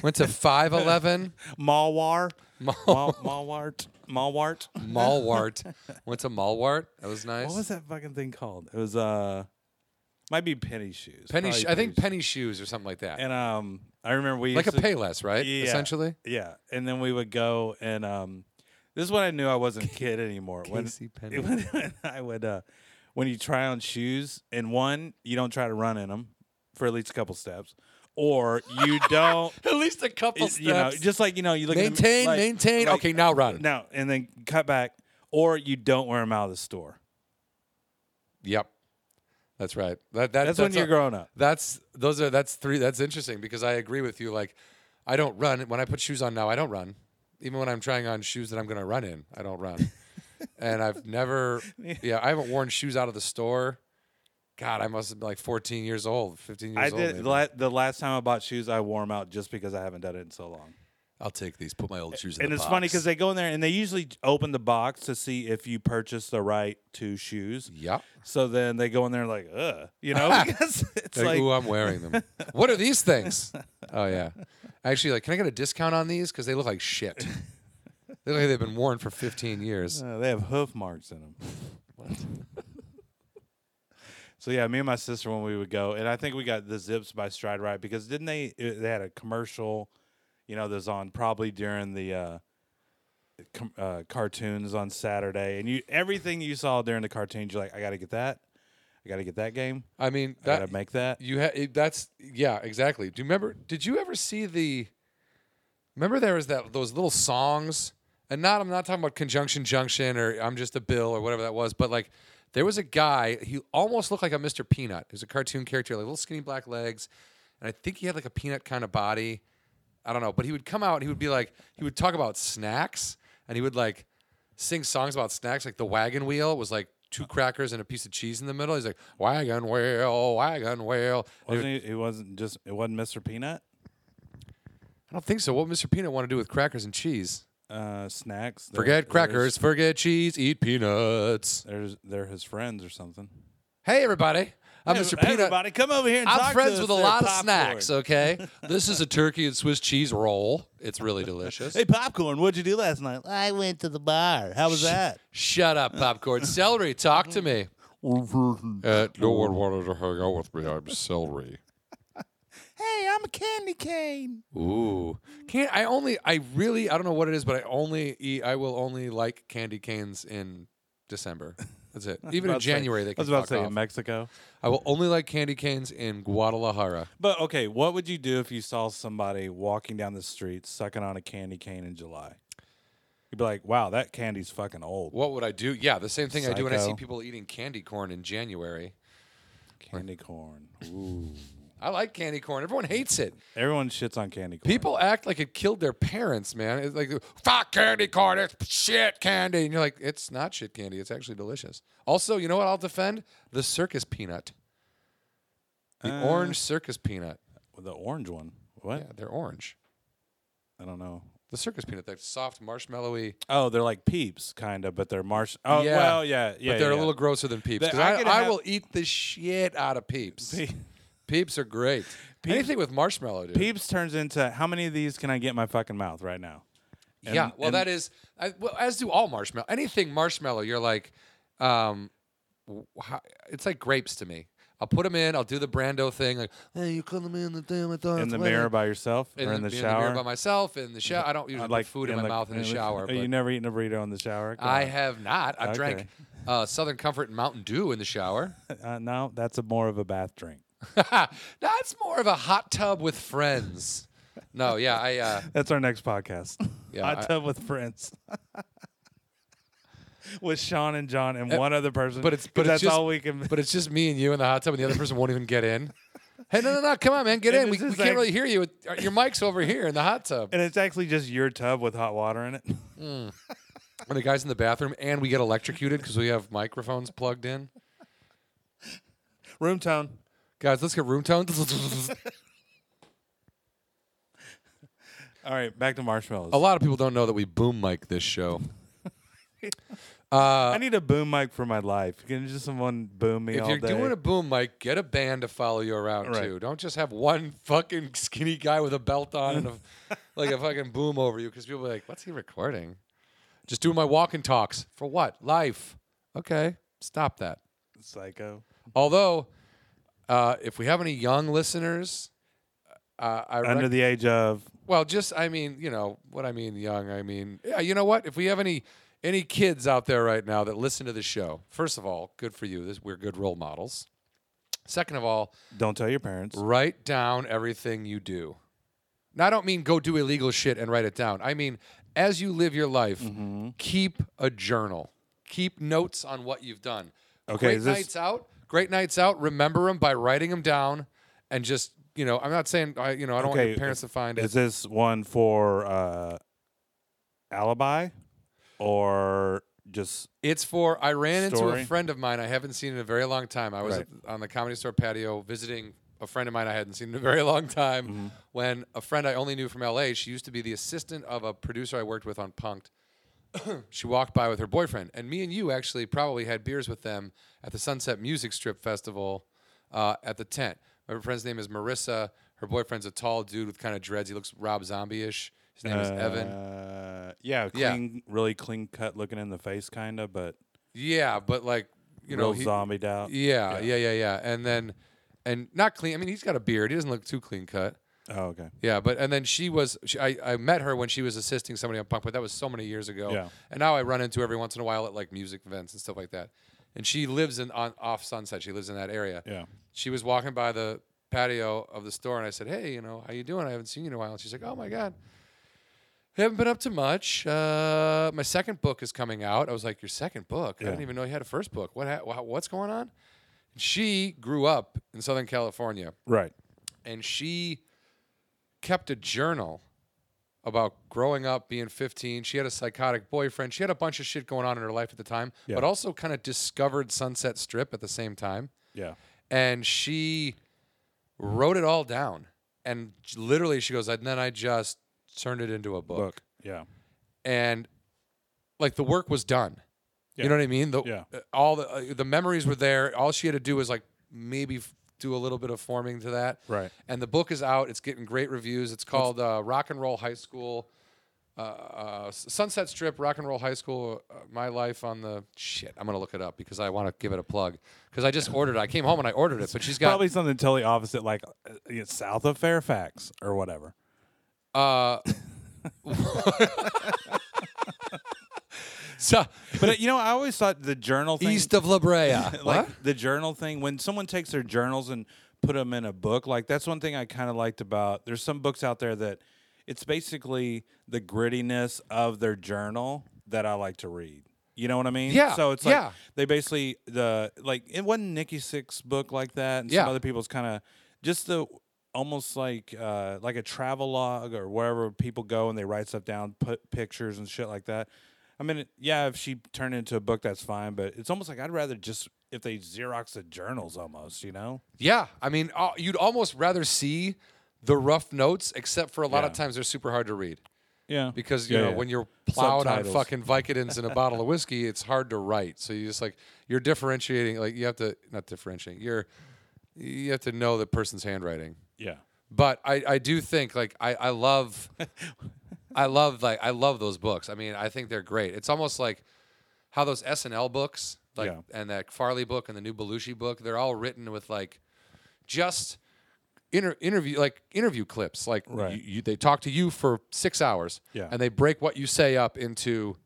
[SPEAKER 5] Went to 511.
[SPEAKER 4] Malwar?
[SPEAKER 5] Mal-
[SPEAKER 4] Mal- Malwart? Malwart?
[SPEAKER 5] Malwart. Went to Malwart. That was nice.
[SPEAKER 4] What was that fucking thing called? It was uh, might be penny shoes.
[SPEAKER 5] Penny.
[SPEAKER 4] Probably
[SPEAKER 5] Sh- I think
[SPEAKER 4] shoes.
[SPEAKER 5] Penny shoes or something like that.
[SPEAKER 4] And um, I remember we
[SPEAKER 5] like a
[SPEAKER 4] used to-
[SPEAKER 5] Payless, right?
[SPEAKER 4] Yeah.
[SPEAKER 5] Essentially.
[SPEAKER 4] Yeah, and then we would go and um, this is when I knew I wasn't a kid anymore. When,
[SPEAKER 5] KCPenney.
[SPEAKER 4] when I would uh, when you try on shoes, and one you don't try to run in them for at least a couple steps, or you don't.
[SPEAKER 5] At least a couple
[SPEAKER 4] you know, just like you know, you look at the,
[SPEAKER 5] maintain,
[SPEAKER 4] like-
[SPEAKER 5] maintain.
[SPEAKER 4] like,
[SPEAKER 5] okay, now run.
[SPEAKER 4] now and then cut back, or you don't wear them out of the store.
[SPEAKER 5] Yep. That's right. That, that-
[SPEAKER 4] That's, when you're
[SPEAKER 5] a-
[SPEAKER 4] growing up.
[SPEAKER 5] That's those are that's three. That's interesting because I agree with you. Like, I don't run when I put shoes on now. I don't run, even when I'm trying on shoes that I'm going to run in. I don't run, and I've never. Yeah, I haven't worn shoes out of the store. God, I must have been like 14 years old, 15 years
[SPEAKER 4] I
[SPEAKER 5] old.
[SPEAKER 4] did
[SPEAKER 5] maybe.
[SPEAKER 4] la- the last time I bought shoes, I wore them out just because I haven't done it in so long.
[SPEAKER 5] I'll take these. Put my old shoes in.
[SPEAKER 4] and
[SPEAKER 5] the
[SPEAKER 4] it's funny
[SPEAKER 5] box.
[SPEAKER 4] because they go in there and they usually open the box to see if you purchased the right two shoes.
[SPEAKER 5] Yep.
[SPEAKER 4] So then they go in there like, ugh, you know, because it's
[SPEAKER 5] Like,
[SPEAKER 4] like,
[SPEAKER 5] ooh, I'm wearing them. what are these things? Oh yeah, actually, like, can I get a discount on these? Because they look like shit. they look like they've been worn for 15 years.
[SPEAKER 4] uh, they have hoof marks in them. so yeah, me and my sister when we would go, and I think we got the zips by Stride Right because didn't they? it- They had a commercial, you know, that's on probably during the. uh com- uh, cartoons on Saturday, and you everything you saw during the cartoons, you're like, I gotta get that, I gotta get that game,
[SPEAKER 5] I mean,
[SPEAKER 4] I
[SPEAKER 5] that
[SPEAKER 4] gotta make that.
[SPEAKER 5] you ha- it- that's yeah, exactly. Do you remember? Did you ever see the? Remember there was that those little songs, and not I'm not talking about conjunction junction or I'm just a bill or whatever that was, but like there was a guy he almost looked like a Mr. Peanut. He was a cartoon character, like little skinny black legs, and I think he had like a peanut kind of body. I don't know, but he would come out and he would be like, he would talk about snacks and he would like sing songs about snacks. Like the wagon wheel was like two
[SPEAKER 4] Uh-huh.
[SPEAKER 5] crackers and a piece of cheese in the middle. He's like, wagon wheel, wagon wheel. And he would-
[SPEAKER 4] Wasn't he, it wasn't just it wasn't Mr. Peanut
[SPEAKER 5] I don't think so. What would Mr. Peanut want to do with crackers and cheese?
[SPEAKER 4] uh, snacks. They're-
[SPEAKER 5] Forget
[SPEAKER 4] they're
[SPEAKER 5] crackers,
[SPEAKER 4] his-
[SPEAKER 5] forget cheese, eat peanuts.
[SPEAKER 4] They're, his- they're his friends or something.
[SPEAKER 5] Hey, everybody. I'm
[SPEAKER 4] Hey,
[SPEAKER 5] Mr. Peanut.
[SPEAKER 4] Everybody, come over here. And talk
[SPEAKER 5] I'm
[SPEAKER 4] to
[SPEAKER 5] friends
[SPEAKER 4] us.
[SPEAKER 5] with a
[SPEAKER 4] They're
[SPEAKER 5] lot of
[SPEAKER 4] popcorn.
[SPEAKER 5] snacks, okay? this is a turkey and Swiss cheese roll. It's really delicious.
[SPEAKER 4] Hey, popcorn. What'd you do last night? I went to the bar. How was that?
[SPEAKER 5] Shut up, popcorn. celery, talk to me. Uh, no one wanted to hang out with me. I'm celery.
[SPEAKER 4] Hey, I'm a candy cane.
[SPEAKER 5] Ooh, can't I only? I really, I don't know what it is, but I only eat. I will only like candy canes in December. That's it. Even in
[SPEAKER 4] About to say-
[SPEAKER 5] January, they
[SPEAKER 4] I
[SPEAKER 5] can
[SPEAKER 4] was about to
[SPEAKER 5] fuck
[SPEAKER 4] say
[SPEAKER 5] off.
[SPEAKER 4] in Mexico.
[SPEAKER 5] I will only like candy canes in Guadalajara.
[SPEAKER 4] But okay, what would you do if you saw somebody walking down the street sucking on a candy cane in July? You'd be like, "Wow, that candy's fucking old."
[SPEAKER 5] What would I do? Yeah, the same thing I do when I see
[SPEAKER 4] Psycho.
[SPEAKER 5] people eating candy corn in January.
[SPEAKER 4] Candy corn. Ooh.
[SPEAKER 5] I like candy corn. Everyone hates it.
[SPEAKER 4] Everyone shits on candy corn.
[SPEAKER 5] People act like it killed their parents, man. It's like fuck candy corn, it's shit candy, and you're like, it's not shit candy. It's actually delicious. Also, you know what? I'll defend the circus peanut, the orange circus peanut.
[SPEAKER 4] the orange one. Uh, What?
[SPEAKER 5] Yeah, they're orange.
[SPEAKER 4] I don't know.
[SPEAKER 5] The circus peanut, that soft marshmallowy.
[SPEAKER 4] Oh, they're like peeps, kind of, but they're marsh. Oh,
[SPEAKER 5] Yeah.
[SPEAKER 4] well, yeah, yeah.
[SPEAKER 5] but they're
[SPEAKER 4] yeah.
[SPEAKER 5] a little grosser than peeps.
[SPEAKER 4] They-
[SPEAKER 5] 'cause
[SPEAKER 4] I
[SPEAKER 5] I,
[SPEAKER 4] could
[SPEAKER 5] I,
[SPEAKER 4] have-
[SPEAKER 5] will eat the shit out of peeps.
[SPEAKER 4] Pe-
[SPEAKER 5] Peeps are great. Anything with marshmallow, dude.
[SPEAKER 4] peeps turns into how many of these can I get in my fucking mouth right now? And-
[SPEAKER 5] yeah, well,
[SPEAKER 4] and-
[SPEAKER 5] that is, I, well, as do all marshmallow. Anything marshmallow, you're like, um, w- how- it's like grapes to me. I'll put them in. I'll do the Brando thing, like, hey, you cut them in the damn it,
[SPEAKER 4] in the mirror by yourself or in the shower.
[SPEAKER 5] by myself, in the shower. I don't usually
[SPEAKER 4] I'd
[SPEAKER 5] like, put food in, my
[SPEAKER 4] the-
[SPEAKER 5] mouth in the shower.
[SPEAKER 4] Are you
[SPEAKER 5] but-
[SPEAKER 4] never eaten a burrito in the shower? Come
[SPEAKER 5] I
[SPEAKER 4] on.
[SPEAKER 5] have not. I've drank
[SPEAKER 4] Okay.
[SPEAKER 5] uh, Southern Comfort and Mountain Dew in the shower.
[SPEAKER 4] uh, no, that's a more of a bath drink.
[SPEAKER 5] That's more of a hot tub with friends. No, yeah, I. Uh,
[SPEAKER 4] That's our next podcast.
[SPEAKER 5] Yeah,
[SPEAKER 4] Hot
[SPEAKER 5] I-
[SPEAKER 4] tub with friends. with Sean and John and one other person.
[SPEAKER 5] Eh, but it's
[SPEAKER 4] 'cause
[SPEAKER 5] but it's
[SPEAKER 4] that's
[SPEAKER 5] just,
[SPEAKER 4] all we can.
[SPEAKER 5] But it's just me and you in the hot tub, and the other person won't even get in. Hey, no, no, no! Come on, man, get
[SPEAKER 4] And
[SPEAKER 5] in. We,
[SPEAKER 4] it's
[SPEAKER 5] we
[SPEAKER 4] just
[SPEAKER 5] can't
[SPEAKER 4] like-
[SPEAKER 5] really hear you. Your mic's over here in the hot tub.
[SPEAKER 4] and it's actually just your tub with hot water in it.
[SPEAKER 5] And the guy's in the bathroom, and we get electrocuted because we have microphones plugged in.
[SPEAKER 4] Room tone.
[SPEAKER 5] Guys, let's get room tone. a
[SPEAKER 4] All right, back to marshmallows.
[SPEAKER 5] lot of people don't know that we boom mic this show.
[SPEAKER 4] I need a boom mic for my life. Can just someone boom me
[SPEAKER 5] uh, If
[SPEAKER 4] all
[SPEAKER 5] you're
[SPEAKER 4] day?
[SPEAKER 5] doing a boom mic, get a band to follow you around
[SPEAKER 4] Right.
[SPEAKER 5] too. Don't just have one fucking skinny guy with a belt on and a, like a fucking boom over you because people be like, "What's he recording?" Just doing my walk and talks for what? Life. Okay, stop that.
[SPEAKER 4] Psycho.
[SPEAKER 5] Although, uh, if we have any young listeners, uh, I rec-
[SPEAKER 4] Under the age of
[SPEAKER 5] well, just I mean, you know what I mean, young. I mean, yeah, you know what? If we have any any kids out there right now that listen to the show, first of all, good for you. This, we're good role models. Second of all,
[SPEAKER 4] don't tell your parents.
[SPEAKER 5] write down everything you do. Now, I don't mean go do illegal shit and write it down. I mean, as you live your life,
[SPEAKER 4] Mm-hmm.
[SPEAKER 5] keep a journal. Keep notes on what you've done.
[SPEAKER 4] Okay,
[SPEAKER 5] great
[SPEAKER 4] is this-
[SPEAKER 5] nights out. Great nights out. Remember them by writing them down, and just you know, I'm not saying I, you know, I don't want
[SPEAKER 4] Okay,
[SPEAKER 5] your parents to find
[SPEAKER 4] Is
[SPEAKER 5] it.
[SPEAKER 4] this one for uh, alibi or just
[SPEAKER 5] It's for I ran into
[SPEAKER 4] Story.
[SPEAKER 5] a friend of mine I haven't seen in a very long time. I was
[SPEAKER 4] Right.
[SPEAKER 5] on the comedy store patio visiting a friend of mine I hadn't seen in a very long time.
[SPEAKER 4] Mm-hmm.
[SPEAKER 5] When a friend I only knew from LA, she used to be the assistant of a producer I worked with on Punked. she walked by with her boyfriend, and me and you actually probably had beers with them at the Sunset Music Strip Festival uh, at the tent. My friend's name is Marissa. Her boyfriend's a tall dude with kind of dreads. He looks Rob Zombie-ish. His name is Evan.
[SPEAKER 4] Uh, yeah,
[SPEAKER 5] Yeah.
[SPEAKER 4] clean, really clean cut, looking in the face, kind of, but
[SPEAKER 5] Yeah, but like you know,
[SPEAKER 4] real
[SPEAKER 5] he,
[SPEAKER 4] zombied out.
[SPEAKER 5] Yeah, yeah, yeah, yeah. And then, and not clean. I mean, he's got a beard. He doesn't look too clean cut.
[SPEAKER 4] Oh, okay.
[SPEAKER 5] Yeah, but and then she was. She, I I met her when she was assisting somebody on Punk, but that was so many years ago.
[SPEAKER 4] Yeah.
[SPEAKER 5] And now I run into her every once in a while at like music events and stuff like that. And she lives in on off Sunset. She lives in that area.
[SPEAKER 4] Yeah.
[SPEAKER 5] She was walking by the patio of the store, and I said, "Hey, you know, how you doing? I haven't seen you in a while." And she's like, "Oh my god." Haven't been up to much. Uh, my second book is coming out. I was like, "Your second book? I didn't even know you had a first book. What? Ha- wha- what's going on?" She grew up in Southern California,
[SPEAKER 4] Right.
[SPEAKER 5] and she kept a journal about growing up, being 15. She had a psychotic boyfriend. She had a bunch of shit going on in her life at the time,
[SPEAKER 4] Yeah.
[SPEAKER 5] but also kind of discovered Sunset Strip at the same time.
[SPEAKER 4] Yeah.
[SPEAKER 5] And she wrote it all down. And literally, she goes, and then I just turned it into a book
[SPEAKER 4] Book. Yeah.
[SPEAKER 5] and like the work was done.
[SPEAKER 4] Yeah.
[SPEAKER 5] You know what I mean? The,
[SPEAKER 4] Yeah.
[SPEAKER 5] uh, All the uh, the memories were there. All she had to do was like maybe f- do a little bit of forming to that.
[SPEAKER 4] Right.
[SPEAKER 5] And the book is out. It's getting great reviews. It's called uh, Rock and Roll High School. Uh, uh, S- Sunset Strip, Rock and Roll High School, uh, My Life on the shit. I'm gonna look it up because I want to give it a plug because I just ordered. it. I came home and I ordered it, but she's got
[SPEAKER 4] Probably something totally opposite, like uh, you know, south of Fairfax or whatever.
[SPEAKER 5] uh, so,
[SPEAKER 4] But uh, you know, I always thought the journal thing,
[SPEAKER 5] east of La Brea.
[SPEAKER 4] like the journal thing, when someone takes their journals and put them in a book, like that's one thing I kind of liked about. There's some books out there that it's basically the grittiness of their journal that I like to read. You know what I mean?
[SPEAKER 5] Yeah,
[SPEAKER 4] So it's like
[SPEAKER 5] yeah.
[SPEAKER 4] they basically the like it wasn't Nikki Sixx book like that, and
[SPEAKER 5] Yeah.
[SPEAKER 4] some other people's kind of just the almost like uh like a travel log or wherever people go and they write stuff down, put pictures and shit like that. I mean, it- yeah, if she turned it into a book, that's fine, but it's almost like I'd rather just if they xerox the journals, almost, you know?
[SPEAKER 5] Yeah, I mean, uh, you'd almost rather see the rough notes, except for a lot of
[SPEAKER 4] Yeah.
[SPEAKER 5] times they're super hard to read
[SPEAKER 4] Yeah,
[SPEAKER 5] because you
[SPEAKER 4] Yeah,
[SPEAKER 5] know
[SPEAKER 4] yeah.
[SPEAKER 5] when you're plowed
[SPEAKER 4] Subtitles.
[SPEAKER 5] on fucking Vicodins and a bottle of whiskey, it's hard to write. So you just like you're differentiating, like you have to not differentiating. You're you have to know the person's handwriting.
[SPEAKER 4] yeah,
[SPEAKER 5] But I, I do think like I, I love I love like I love those books. I mean, I think they're great. It's almost like how those SNL books, like
[SPEAKER 4] Yeah.
[SPEAKER 5] and that Farley book and the new Belushi book, they're all written with like just inter- interview like interview clips. Like
[SPEAKER 4] Right.
[SPEAKER 5] you, you, they talk to you for six hours,
[SPEAKER 4] Yeah.
[SPEAKER 5] and they break what you say up into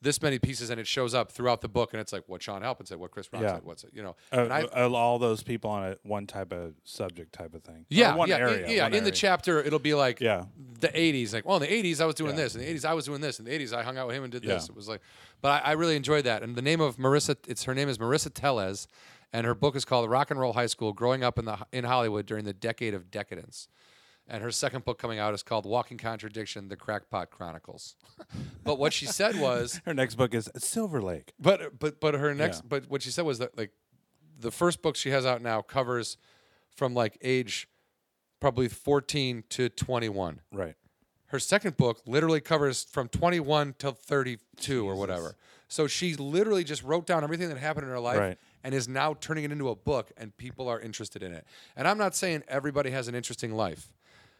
[SPEAKER 5] this many pieces, and it shows up throughout the book. And it's like what Sean Halpin said, what Chris Rock
[SPEAKER 4] Yeah.
[SPEAKER 5] said, what's it, you know.
[SPEAKER 4] Uh,
[SPEAKER 5] and I,
[SPEAKER 4] uh, all those people on a one type of subject type of thing. Or
[SPEAKER 5] yeah,
[SPEAKER 4] one
[SPEAKER 5] yeah, in-
[SPEAKER 4] area,
[SPEAKER 5] yeah.
[SPEAKER 4] one
[SPEAKER 5] in the
[SPEAKER 4] area.
[SPEAKER 5] chapter, it'll be like
[SPEAKER 4] Yeah.
[SPEAKER 5] the '80s. Like, well, in the '80s, I was doing
[SPEAKER 4] Yeah.
[SPEAKER 5] this. In the '80s, I was doing this. In the '80s, I hung out with him and did
[SPEAKER 4] Yeah.
[SPEAKER 5] this. It was like, but I, I really enjoyed that. And the name of Marissa, it's her name is Marissa Teles, and her book is called Rock and Roll High School: Growing Up in the in Hollywood During the Decade of Decadence. And her second book coming out is called Walking Contradiction: The Crackpot Chronicles. but what she said was
[SPEAKER 4] Her next book is Silver Lake.
[SPEAKER 5] but but but her next
[SPEAKER 4] Yeah.
[SPEAKER 5] but what she said was that like the first book she has out now covers from like age probably 14 to 21.
[SPEAKER 4] Right.
[SPEAKER 5] Her second book literally covers from 21 till 32 or whatever. So she literally just wrote down everything that happened in her life
[SPEAKER 4] Right.
[SPEAKER 5] and is now turning it into a book and people are interested in it. And I'm not saying everybody has an interesting life.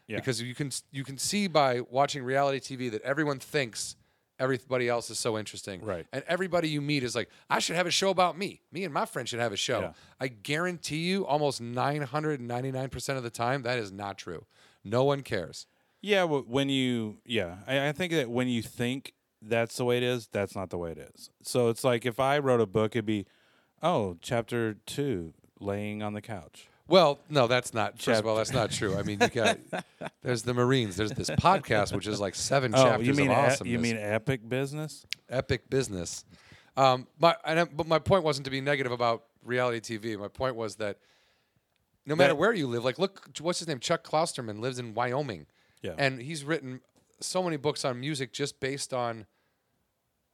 [SPEAKER 4] Yeah.
[SPEAKER 5] Because you can you can see by watching reality TV that everyone thinks everybody else is so interesting.
[SPEAKER 4] Right.
[SPEAKER 5] And everybody you meet is like, I should have a show about me. Me and my friend should have a show.
[SPEAKER 4] Yeah.
[SPEAKER 5] I guarantee you almost 999% of the time that is not true. No one cares.
[SPEAKER 4] Yeah, wh- when you yeah, I, I think that when you think that's the way it is, that's not the way it is. So it's like if I wrote a book, it'd be, oh, chapter two, laying on the couch.
[SPEAKER 5] Well, no, that's not. First of all, that's not true. I mean, you got there's the Marines. There's this podcast, which is like seven
[SPEAKER 4] Oh,
[SPEAKER 5] chapters
[SPEAKER 4] you mean
[SPEAKER 5] of
[SPEAKER 4] e-
[SPEAKER 5] awesomeness.
[SPEAKER 4] you mean epic business?
[SPEAKER 5] epic business. Um, my and I, but my point wasn't to be negative about reality TV. My point was that no matter
[SPEAKER 4] That-
[SPEAKER 5] where you live, like look, what's his name? Chuck Klosterman lives in Wyoming,
[SPEAKER 4] Yeah.
[SPEAKER 5] and he's written so many books on music just based on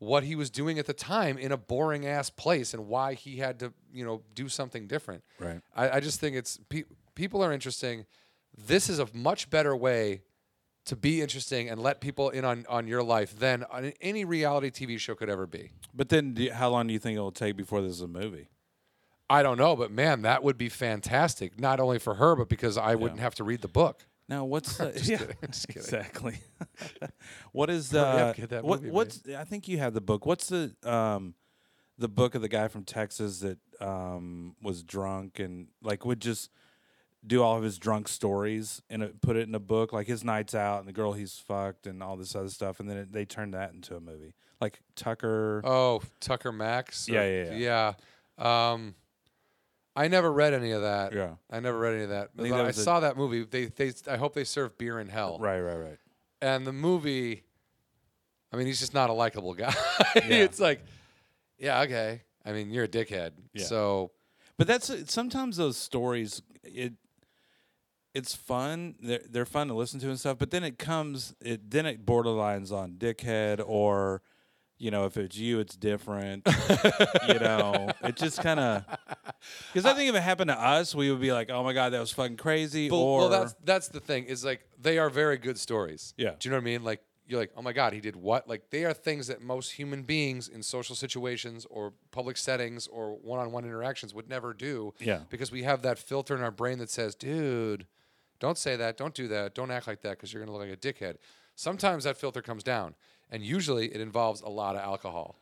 [SPEAKER 5] what he was doing at the time in a boring ass place and why he had to you know do something different.
[SPEAKER 4] Right.
[SPEAKER 5] I, I just think it's pe- people are interesting. This is a much better way to be interesting and let people in on, on your life than on any reality TV show could ever be.
[SPEAKER 4] But then, do, you- how long do you think it'll take before this is a movie?
[SPEAKER 5] I don't know, but man, that would be fantastic. Not only for her, but because I wouldn't have to read the book.
[SPEAKER 4] Now, what's the yeah,
[SPEAKER 5] kidding, just kidding.
[SPEAKER 4] exactly? what is the
[SPEAKER 5] Hurry up, get that
[SPEAKER 4] what,
[SPEAKER 5] movie made.
[SPEAKER 4] what's? I think you have the book. What's the um, the book of the guy from Texas that um was drunk and like would just do all of his drunk stories and it, put it in a book, like his nights out and the girl he's fucked and all this other stuff, and then it, they turned that into a movie, like Tucker.
[SPEAKER 5] Oh, Tucker Max.
[SPEAKER 4] Yeah, yeah,
[SPEAKER 5] yeah. Um, I never read any of that.
[SPEAKER 4] Yeah.
[SPEAKER 5] I never read any of that.
[SPEAKER 4] think
[SPEAKER 5] But
[SPEAKER 4] that
[SPEAKER 5] I
[SPEAKER 4] was a-
[SPEAKER 5] saw that movie. They, they, I hope they serve beer in hell.
[SPEAKER 4] Right, right, right.
[SPEAKER 5] and the movie i mean he's just not a likable guy it's like yeah okay i mean you're a dickhead
[SPEAKER 4] Yeah.
[SPEAKER 5] so
[SPEAKER 4] But that's sometimes those stories it it's fun. They're they're fun to listen to and stuff, but then it comes it then it borderlines on dickhead or you know, if it's you, it's different. you know, it just kind of because I think if it happened to us, we would be like, "Oh my god, that was fucking crazy."
[SPEAKER 5] well,
[SPEAKER 4] or
[SPEAKER 5] well, that's that's the thing is like they are very good stories
[SPEAKER 4] Yeah.
[SPEAKER 5] do you know what i mean like you're like oh my god he did what like they are things that most human beings in social situations or public settings or one-on-one interactions would never do
[SPEAKER 4] Yeah.
[SPEAKER 5] because we have that filter in our brain that says dude don't say that don't do that don't act like that because you're going to look like a dickhead sometimes that filter comes down and usually it involves a lot of alcohol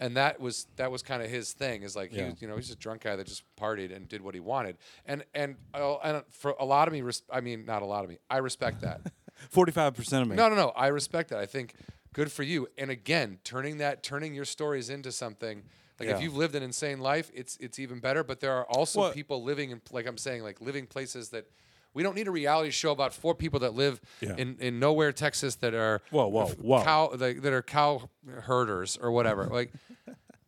[SPEAKER 5] and that was that was kind of his thing is like he
[SPEAKER 4] Yeah.
[SPEAKER 5] was, you know he's a drunk guy that just partied and did what he wanted and and uh, and for a lot of me res- I mean not a lot of me I respect that
[SPEAKER 4] forty-five percent of me.
[SPEAKER 5] no no no I respect that I think good for you and again turning that turning your stories into something like
[SPEAKER 4] Yeah.
[SPEAKER 5] if you've lived an insane life it's it's even better but there are also
[SPEAKER 4] Well-
[SPEAKER 5] people living in like I'm saying like living places that we don't need a reality show about four people that live
[SPEAKER 4] Yeah.
[SPEAKER 5] in, in nowhere Texas that are
[SPEAKER 4] Whoa, whoa,
[SPEAKER 5] f-
[SPEAKER 4] whoa.
[SPEAKER 5] cow like, that are cow herders or whatever like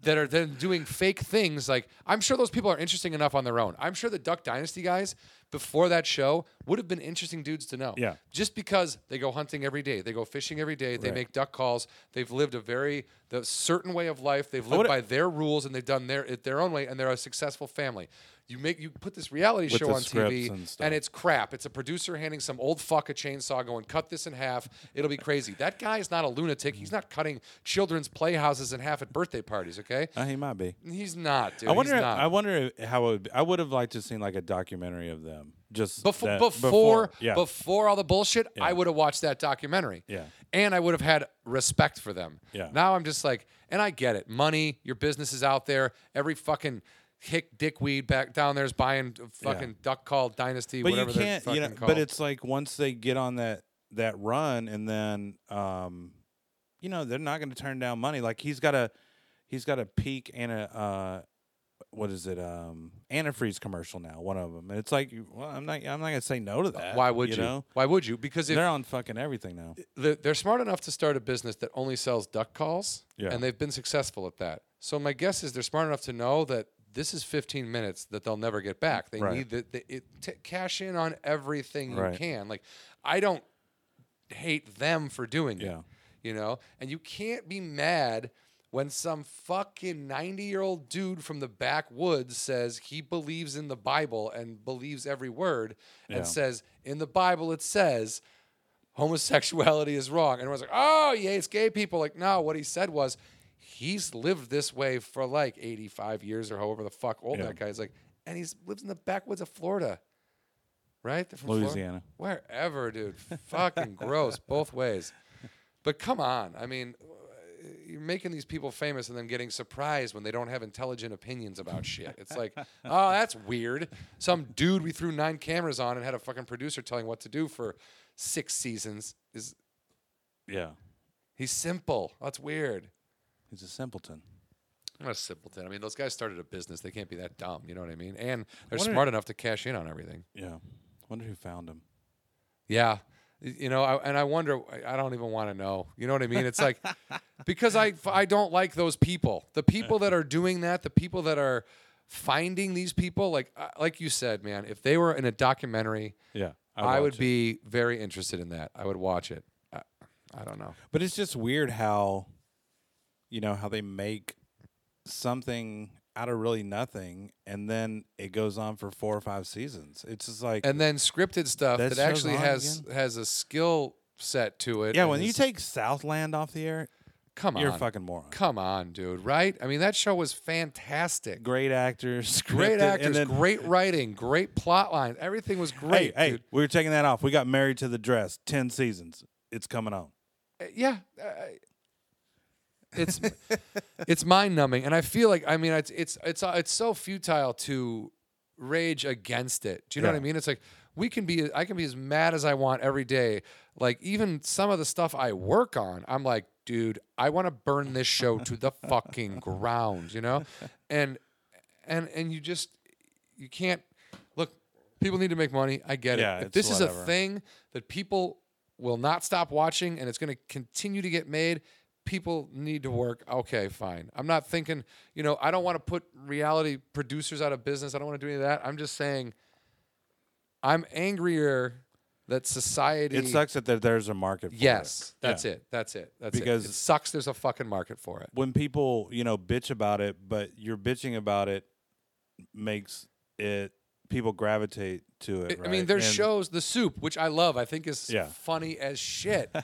[SPEAKER 5] that are then doing fake things like i'm sure those people are interesting enough on their own i'm sure the duck dynasty guys before that show would have been interesting dudes to know
[SPEAKER 4] Yeah.
[SPEAKER 5] just because they go hunting every day they go fishing every day they
[SPEAKER 4] Right.
[SPEAKER 5] make duck calls they've lived a very the certain way of life they've lived
[SPEAKER 4] would've-
[SPEAKER 5] by their rules and they've done their it their own way and they're a successful family you make you put this reality
[SPEAKER 4] With
[SPEAKER 5] show
[SPEAKER 4] the
[SPEAKER 5] on tv
[SPEAKER 4] scripts and
[SPEAKER 5] and,
[SPEAKER 4] stuff.
[SPEAKER 5] it's crap it's a producer handing some old fuck a chainsaw going cut this in half it'll be crazy that guy is not a lunatic he's not cutting children's playhouses in half at birthday parties okay
[SPEAKER 4] Uh, he might be.
[SPEAKER 5] He's not, dude.
[SPEAKER 4] I wonder.
[SPEAKER 5] He's not.
[SPEAKER 4] I wonder how it would be. I would have liked to have seen like a documentary of them. Just
[SPEAKER 5] Befo-
[SPEAKER 4] that-
[SPEAKER 5] before, before,
[SPEAKER 4] yeah.
[SPEAKER 5] all the bullshit, I would have watched that documentary.
[SPEAKER 4] Yeah.
[SPEAKER 5] And I would have had respect for them.
[SPEAKER 4] Yeah.
[SPEAKER 5] Now I'm just like, and I get it. Money, your business is out there. Every fucking hick dickweed back down there is buying fucking duck call dynasty,
[SPEAKER 4] but
[SPEAKER 5] whatever
[SPEAKER 4] you can't
[SPEAKER 5] they're
[SPEAKER 4] you
[SPEAKER 5] fucking
[SPEAKER 4] know
[SPEAKER 5] called.
[SPEAKER 4] but it's like once they get on that that run and then um you know they're not going to turn down money like he's got a he's got a peak and a uh what is it um antifreeze commercial now one of them and it's like well i'm not i'm not going to say no to
[SPEAKER 5] Uh,
[SPEAKER 4] that
[SPEAKER 5] why would you?
[SPEAKER 4] know
[SPEAKER 5] Why would you? Because if
[SPEAKER 4] they're on fucking everything now
[SPEAKER 5] the- they're smart enough to start a business that only sells duck calls,
[SPEAKER 4] Yeah.
[SPEAKER 5] and they've been successful at that. So my guess is they're smart enough to know that this is 15 minutes that they'll never get back. They
[SPEAKER 4] Right.
[SPEAKER 5] need the, the it, t- cash in on everything you
[SPEAKER 4] Right.
[SPEAKER 5] can. Like I don't hate them for doing
[SPEAKER 4] Yeah.
[SPEAKER 5] it. You know, and you can't be mad when some fucking 90 year old dude from the backwoods says he believes in the Bible and believes every word
[SPEAKER 4] Yeah.
[SPEAKER 5] and says, in the Bible, it says homosexuality is wrong. And everyone's like, oh, yeah, it's gay people. Like, no, what he said was he's lived this way for like 85 years or however the fuck old
[SPEAKER 4] Yeah.
[SPEAKER 5] that guy is. Like, and he lives in the backwoods of Florida. Right? They're from Florida?
[SPEAKER 4] Louisiana.
[SPEAKER 5] Wherever, dude. Fucking gross both ways. But come on. I mean, uh, you're making these people famous and then getting surprised when they don't have intelligent opinions about shit. It's like, oh, that's weird. Some dude we threw nine cameras on and had a fucking producer telling what to do for six seasons is
[SPEAKER 4] Yeah.
[SPEAKER 5] he's simple. That's weird.
[SPEAKER 4] He's a simpleton.
[SPEAKER 5] I'm not a simpleton. I mean, those guys started a business. They can't be that dumb. You know what I mean? And they're
[SPEAKER 4] What are-
[SPEAKER 5] smart enough to cash in on everything.
[SPEAKER 4] Yeah. Wonder who found him.
[SPEAKER 5] Yeah. Y- You know, I, and I wonder, I- I don't even want to know. You know what I mean? It's like, because I, I don't like those people. The people that are doing that, the people that are finding these people, like, uh, like you said, man, if they were in a documentary,
[SPEAKER 4] Yeah.
[SPEAKER 5] I would
[SPEAKER 4] watch it.
[SPEAKER 5] be very interested in that. I would watch it. I, I don't know.
[SPEAKER 4] But it's just weird how, you know, how they make something out of really nothing, and then it goes on for four or five seasons. It's just like,
[SPEAKER 5] And then scripted stuff
[SPEAKER 4] That
[SPEAKER 5] that,
[SPEAKER 4] show's
[SPEAKER 5] actually
[SPEAKER 4] on
[SPEAKER 5] has
[SPEAKER 4] again?
[SPEAKER 5] has a skill set to it.
[SPEAKER 4] yeah,
[SPEAKER 5] and
[SPEAKER 4] when you
[SPEAKER 5] is-
[SPEAKER 4] take Southland off the air,
[SPEAKER 5] come on,
[SPEAKER 4] you're a fucking moron.
[SPEAKER 5] come on, dude, right? I mean, that show was fantastic.
[SPEAKER 4] Great actors, scripted,
[SPEAKER 5] Great
[SPEAKER 4] and
[SPEAKER 5] actors,
[SPEAKER 4] then-
[SPEAKER 5] great writing, great plot lines. Everything was
[SPEAKER 4] Hey,
[SPEAKER 5] great.
[SPEAKER 4] hey,
[SPEAKER 5] dude.
[SPEAKER 4] we were taking that off. We got married to the dress. Ten seasons. It's coming on.
[SPEAKER 5] Uh, yeah. uh, It's it's mind numbing, and I feel like I mean it's it's it's uh, it's so futile to rage against it. Do you know what I
[SPEAKER 4] Yeah.
[SPEAKER 5] mean? It's like we can be I can be as mad as I want every day. Like even some of the stuff I work on, I'm like, dude, I want to burn this show to the fucking ground. You know, and and and you just you can't look people need to make money i get
[SPEAKER 4] Yeah,
[SPEAKER 5] it if
[SPEAKER 4] it's
[SPEAKER 5] this is a
[SPEAKER 4] whatever.
[SPEAKER 5] thing that people will not stop watching and it's going to continue to get made people need to work okay fine i'm not thinking you know i don't want to put reality producers out of business i don't want to do any of that i'm just saying i'm angrier that society
[SPEAKER 4] It sucks that there- there's a market. For
[SPEAKER 5] yes
[SPEAKER 4] it. Yeah.
[SPEAKER 5] that's it that's it that's
[SPEAKER 4] Because-
[SPEAKER 5] it. it sucks there's a fucking market for it
[SPEAKER 4] When people, you know, bitch about it, but your bitching about it makes it people gravitate to it.
[SPEAKER 5] I I mean,
[SPEAKER 4] right?
[SPEAKER 5] there's
[SPEAKER 4] And-
[SPEAKER 5] shows, The Soup, which I love. I think is
[SPEAKER 4] Yeah.
[SPEAKER 5] funny as shit.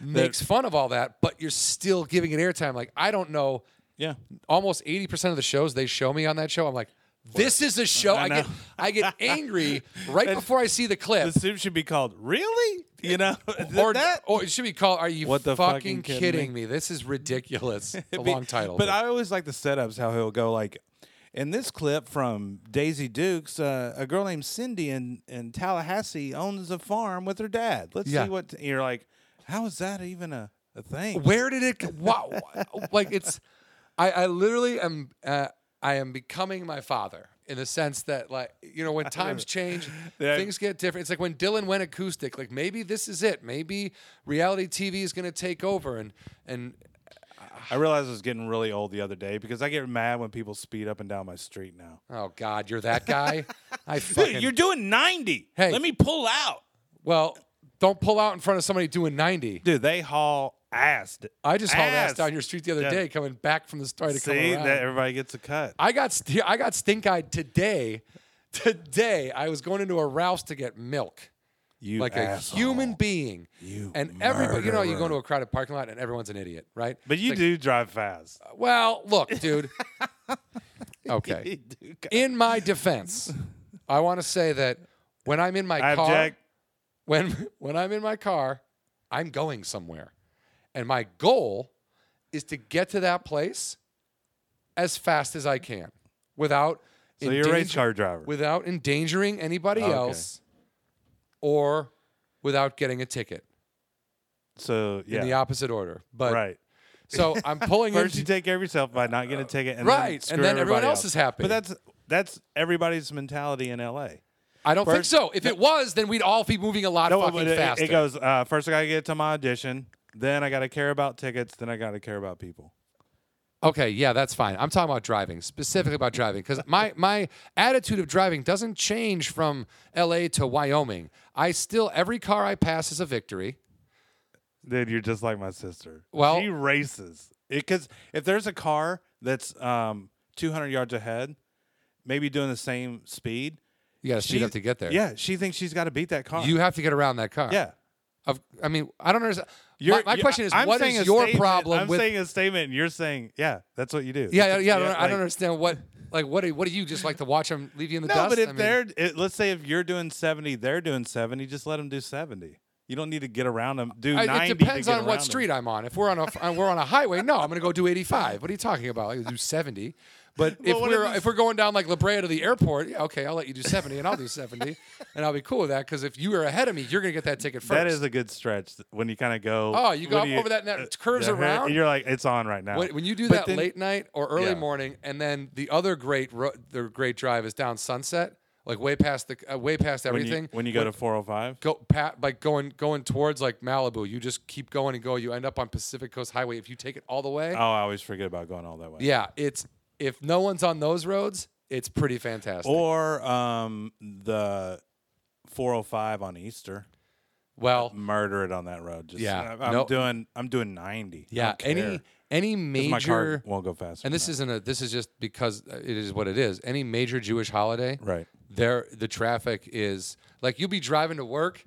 [SPEAKER 5] makes fun of all that, but you're still giving it airtime. Like I don't know,
[SPEAKER 4] Yeah.
[SPEAKER 5] almost 80% of the shows they show me on that show, I'm like, this is a show. I,
[SPEAKER 4] I
[SPEAKER 5] get
[SPEAKER 4] know.
[SPEAKER 5] I get angry right before I see the clip.
[SPEAKER 4] The soup should be called really? You know,
[SPEAKER 5] or,
[SPEAKER 4] that
[SPEAKER 5] or it should be called "Are you
[SPEAKER 4] What the
[SPEAKER 5] fucking,
[SPEAKER 4] fucking kidding
[SPEAKER 5] kidding me? This is ridiculous." a
[SPEAKER 4] Be-
[SPEAKER 5] long title,
[SPEAKER 4] But I always like the setups how he'll go like in this clip from Daisy Dukes, uh, a girl named Cindy in, in Tallahassee owns a farm with her dad. Let's
[SPEAKER 5] Yeah.
[SPEAKER 4] see what you're like. How is that even a, a thing?
[SPEAKER 5] where did it? Wow, like it's. I, I literally am. Uh, I am becoming my father in the sense that, like, you know, when times change,
[SPEAKER 4] Yeah.
[SPEAKER 5] things get different. It's like when Dylan went acoustic. Like, maybe this is it. Maybe reality TV is going to take over, and and
[SPEAKER 4] I realized I was getting really old the other day because I get mad when people speed up and down my street now.
[SPEAKER 5] oh god, you're that guy. I fucking
[SPEAKER 4] You're doing 90.
[SPEAKER 5] Hey.
[SPEAKER 4] Let me pull out.
[SPEAKER 5] well. Don't pull out in front of somebody doing ninety.
[SPEAKER 4] Dude, they haul ass.
[SPEAKER 5] I just hauled ass
[SPEAKER 4] Ass.
[SPEAKER 5] down your street the other
[SPEAKER 4] Yeah.
[SPEAKER 5] day, coming back from the store to come
[SPEAKER 4] See
[SPEAKER 5] around.
[SPEAKER 4] that everybody gets a cut.
[SPEAKER 5] I got st- I got stink eyed today. Today I was going into a Ralph's to get milk,
[SPEAKER 4] You
[SPEAKER 5] like
[SPEAKER 4] asshole.
[SPEAKER 5] a human being.
[SPEAKER 4] You
[SPEAKER 5] and everybody, you know, you go into a crowded parking lot and everyone's an idiot, right?
[SPEAKER 4] But you
[SPEAKER 5] It's like,
[SPEAKER 4] do drive fast.
[SPEAKER 5] Well, look, dude. okay. In my defense, I want to say that when I'm in my
[SPEAKER 4] I
[SPEAKER 5] car,
[SPEAKER 4] object.
[SPEAKER 5] when when I'm in my car, I'm going somewhere. And my goal is to get to that place as fast as I can without
[SPEAKER 4] So you're a
[SPEAKER 5] endanger-
[SPEAKER 4] race car driver.
[SPEAKER 5] without endangering anybody
[SPEAKER 4] okay.
[SPEAKER 5] else or without getting a ticket
[SPEAKER 4] so yeah,
[SPEAKER 5] in the opposite order. But
[SPEAKER 4] right.
[SPEAKER 5] so I'm pulling
[SPEAKER 4] First,
[SPEAKER 5] into,
[SPEAKER 4] you take care of yourself by not getting a ticket, and
[SPEAKER 5] Uh, Right,
[SPEAKER 4] then
[SPEAKER 5] and
[SPEAKER 4] screw
[SPEAKER 5] then everyone
[SPEAKER 4] everybody
[SPEAKER 5] else is happy.
[SPEAKER 4] But that's that's everybody's mentality in L.A.
[SPEAKER 5] I don't think
[SPEAKER 4] first-
[SPEAKER 5] so. If it was, then we'd all be moving a lot fucking
[SPEAKER 4] it, it-
[SPEAKER 5] faster.
[SPEAKER 4] it goes uh, first. I gotta get to my audition, then I gotta care about tickets, then I gotta care about people.
[SPEAKER 5] Okay, yeah, that's fine. I'm talking about driving, specifically about driving, because my, my attitude of driving doesn't change from LA to Wyoming. I still, every car I pass is a victory.
[SPEAKER 4] Dude, you're just like my sister.
[SPEAKER 5] Well-
[SPEAKER 4] she races because if there's a car that's um, 200 yards ahead, maybe doing the same speed,
[SPEAKER 5] You got to speed
[SPEAKER 4] she-
[SPEAKER 5] up to get there.
[SPEAKER 4] Yeah, she thinks she's got to beat that car.
[SPEAKER 5] You have to get around that car.
[SPEAKER 4] yeah.
[SPEAKER 5] Of, I mean, I don't understand.
[SPEAKER 4] You're-
[SPEAKER 5] my my
[SPEAKER 4] you-
[SPEAKER 5] question is,
[SPEAKER 4] I'm
[SPEAKER 5] what
[SPEAKER 4] saying
[SPEAKER 5] is
[SPEAKER 4] a
[SPEAKER 5] your
[SPEAKER 4] statement-
[SPEAKER 5] problem
[SPEAKER 4] I'm
[SPEAKER 5] with?
[SPEAKER 4] saying a statement, and you're saying, yeah, that's what you do.
[SPEAKER 5] yeah, yeah, yeah, I don't- I
[SPEAKER 4] like-
[SPEAKER 5] don't understand what. Like, what? Do, what do you just like to watch them leave you in the
[SPEAKER 4] No,
[SPEAKER 5] dust?
[SPEAKER 4] but
[SPEAKER 5] I
[SPEAKER 4] if
[SPEAKER 5] mean,
[SPEAKER 4] they're, it, let's say if you're doing 70, they're doing 70, just let them do 70. You don't need to get around them. Do
[SPEAKER 5] I-
[SPEAKER 4] 90
[SPEAKER 5] it
[SPEAKER 4] to
[SPEAKER 5] depends
[SPEAKER 4] get
[SPEAKER 5] on what
[SPEAKER 4] around 'em.
[SPEAKER 5] street I'm on. If we're on a f- uh, we're on a highway, no, I'm going to go do 85. What are you talking about? I could do 70. But if
[SPEAKER 4] what
[SPEAKER 5] we're
[SPEAKER 4] if it's-
[SPEAKER 5] if we're going down like La Brea to the airport, yeah, okay, I'll let you do 70 and I'll do 70 and I'll be cool with that because if you are ahead of me, you're going to get that ticket first.
[SPEAKER 4] That is a good stretch th- when you kind of go.
[SPEAKER 5] Oh, you go
[SPEAKER 4] when uh,
[SPEAKER 5] up over that and that curves
[SPEAKER 4] the hair-
[SPEAKER 5] around?
[SPEAKER 4] And you're like, it's on right now.
[SPEAKER 5] when, when you do
[SPEAKER 4] But
[SPEAKER 5] that
[SPEAKER 4] then-
[SPEAKER 5] late night or early
[SPEAKER 4] Yeah.
[SPEAKER 5] morning, and then the other great ro- the great drive is down Sunset, like way past the uh, way past
[SPEAKER 4] when you-
[SPEAKER 5] everything.
[SPEAKER 4] when you go to 405,
[SPEAKER 5] go pat like going going towards like Malibu, you just keep going and go. You end up on Pacific Coast Highway if you take it all the way.
[SPEAKER 4] oh, I always forget about going all that way.
[SPEAKER 5] Yeah, it's if no one's on those roads, it's pretty fantastic.
[SPEAKER 4] Or um, the 405 on Easter.
[SPEAKER 5] well,
[SPEAKER 4] Murder it on that road. Just,
[SPEAKER 5] Yeah.
[SPEAKER 4] I- I'm
[SPEAKER 5] No.
[SPEAKER 4] doing. I'm doing 90. I
[SPEAKER 5] yeah,
[SPEAKER 4] don't care.
[SPEAKER 5] any any
[SPEAKER 4] 'Cause
[SPEAKER 5] major
[SPEAKER 4] my car won't go faster.
[SPEAKER 5] and this
[SPEAKER 4] than
[SPEAKER 5] isn't a this is just because uh, it is what it is any major jewish holiday
[SPEAKER 4] Right.
[SPEAKER 5] there the traffic is like you'll be driving to work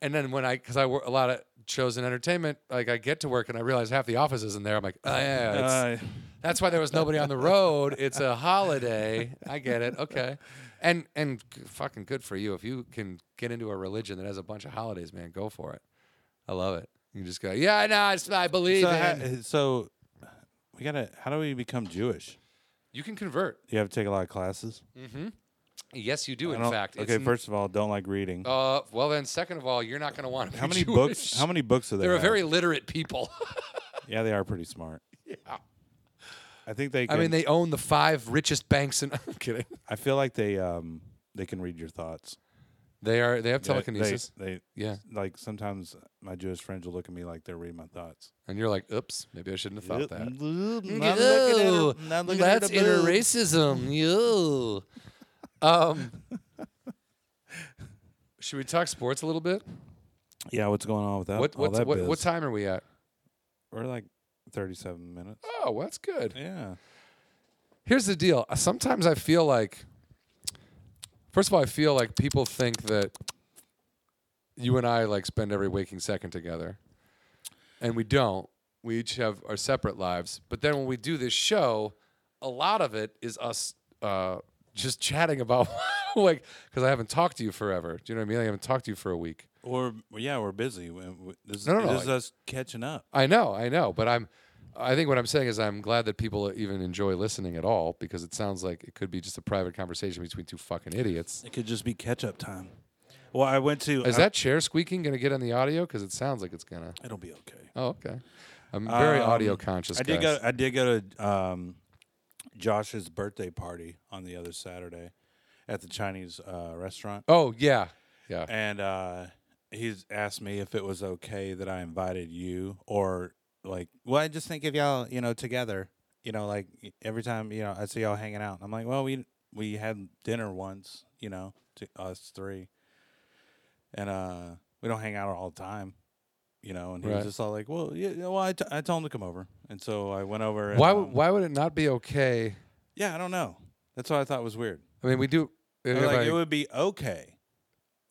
[SPEAKER 5] and then when i because i work a lot of shows and entertainment like i get to work and i realize half the office isn't there i'm like oh yeah
[SPEAKER 4] that.
[SPEAKER 5] it's,
[SPEAKER 4] Uh,
[SPEAKER 5] that's why there was nobody on the road it's a holiday i get it okay and and g- fucking good for you if you can get into a religion that has a bunch of holidays man go for it i love it you just go yeah no i, s- I believe
[SPEAKER 4] so,
[SPEAKER 5] in
[SPEAKER 4] ha- uh, so we gotta. How do we become Jewish?
[SPEAKER 5] you can convert
[SPEAKER 4] You have to take a lot of classes.
[SPEAKER 5] Yes, you do.
[SPEAKER 4] I
[SPEAKER 5] In
[SPEAKER 4] don't-
[SPEAKER 5] fact,
[SPEAKER 4] okay.
[SPEAKER 5] It's n-
[SPEAKER 4] First of all, don't like reading.
[SPEAKER 5] uh, well then, second of all, you're not going to want to.
[SPEAKER 4] how
[SPEAKER 5] be
[SPEAKER 4] many
[SPEAKER 5] Jewish.
[SPEAKER 4] books? How many books are there?
[SPEAKER 5] They're a
[SPEAKER 4] now?
[SPEAKER 5] very literate people.
[SPEAKER 4] Yeah, they are pretty smart. Yeah. I think they. Can,
[SPEAKER 5] I mean, they own the five richest banks in. I'm kidding.
[SPEAKER 4] I feel like they. Um, they can read your thoughts.
[SPEAKER 5] They are. They have
[SPEAKER 4] They-
[SPEAKER 5] telekinesis.
[SPEAKER 4] They, they,
[SPEAKER 5] Yeah.
[SPEAKER 4] Like sometimes my Jewish friends will look at me like they're reading my thoughts.
[SPEAKER 5] and you're like, oops, maybe I shouldn't have thought that.
[SPEAKER 4] Mm-hmm. Ooh,
[SPEAKER 5] that's inner racism. Ew. Um, should we talk sports a little bit?
[SPEAKER 4] Yeah, what's going on with that?
[SPEAKER 5] What
[SPEAKER 4] all
[SPEAKER 5] what
[SPEAKER 4] that
[SPEAKER 5] what, what
[SPEAKER 4] biz?
[SPEAKER 5] time are we at?
[SPEAKER 4] We're like thirty-seven minutes.
[SPEAKER 5] Oh, well, that's good.
[SPEAKER 4] Yeah.
[SPEAKER 5] Here's the deal. Uh, Sometimes I feel like, first of all, I feel like people think that you and I like spend every waking second together, and we don't. We each have our separate lives. But then when we do this show, a lot of it is us uh, just chatting about like because I haven't talked to you forever. Do you know what I mean? I haven't talked to you for a week.
[SPEAKER 4] Or yeah, we're busy. We- we- This,
[SPEAKER 5] No, no, no,
[SPEAKER 4] this is
[SPEAKER 5] I-
[SPEAKER 4] us catching up.
[SPEAKER 5] I know, I know, but I'm. I think what I'm saying is I'm glad that people even enjoy listening at all because it sounds like it could be just a private conversation between two fucking idiots.
[SPEAKER 4] It could just be catch-up time. Well, I went to.
[SPEAKER 5] Is
[SPEAKER 4] I-
[SPEAKER 5] that chair squeaking going to get on the audio? Because it sounds like it's gonna.
[SPEAKER 4] It'll be okay.
[SPEAKER 5] Oh, okay. I'm very
[SPEAKER 4] Um,
[SPEAKER 5] audio conscious.
[SPEAKER 4] I did
[SPEAKER 5] guys.
[SPEAKER 4] go. I did go to um, Josh's birthday party on the other Saturday at the Chinese uh, restaurant,
[SPEAKER 5] Oh yeah, yeah.
[SPEAKER 4] and uh, he's asked me if it was okay that I invited you or like. Well, I just think if y'all, you know, together, you know, like y- every time, you know, I see y'all hanging out, I'm like, well, we we had dinner once, you know, to us three, and uh, we don't hang out all the time. You know, and he
[SPEAKER 5] Right.
[SPEAKER 4] was just all like, "Well, yeah, yeah, well, I, t- I told him to come over," and so I went over. And,
[SPEAKER 5] Why
[SPEAKER 4] um,
[SPEAKER 5] would why would it not be okay?
[SPEAKER 4] yeah, I don't know. That's what I thought was weird.
[SPEAKER 5] I mean, we do.
[SPEAKER 4] Or,
[SPEAKER 5] if
[SPEAKER 4] like
[SPEAKER 5] I-
[SPEAKER 4] it would be okay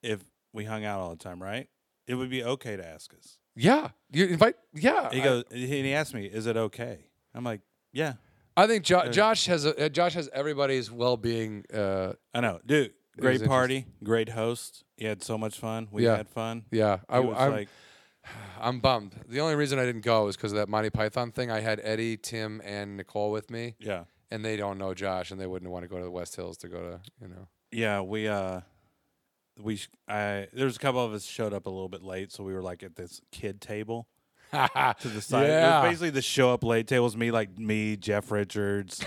[SPEAKER 4] if we hung out all the time, right? It would be okay to ask us.
[SPEAKER 5] yeah, you invite. Yeah,
[SPEAKER 4] He
[SPEAKER 5] I-
[SPEAKER 4] goes and he asked me, "Is it okay?" I'm like, "Yeah,
[SPEAKER 5] I, think jo- Josh has a, uh, Josh has everybody's well being. Uh,
[SPEAKER 4] I know, dude. Great
[SPEAKER 5] interesting.
[SPEAKER 4] party, great host. He had so much fun. We
[SPEAKER 5] Yeah.
[SPEAKER 4] had fun.
[SPEAKER 5] yeah, I,
[SPEAKER 4] He was
[SPEAKER 5] I'm-
[SPEAKER 4] like,
[SPEAKER 5] I'm bummed. The only reason I didn't go was because of that Monty Python thing. I had Eddie, Tim, and Nicole with me,
[SPEAKER 4] yeah,
[SPEAKER 5] and they don't know Josh, and they wouldn't want to go to the West Hills to go to, you know.
[SPEAKER 4] yeah. We uh, we sh- I there was a couple of us showed up a little bit late, so we were like at this kid table." to the side. It
[SPEAKER 5] Yeah.
[SPEAKER 4] was basically the show up late tables. Me, like me, Jeff Richards,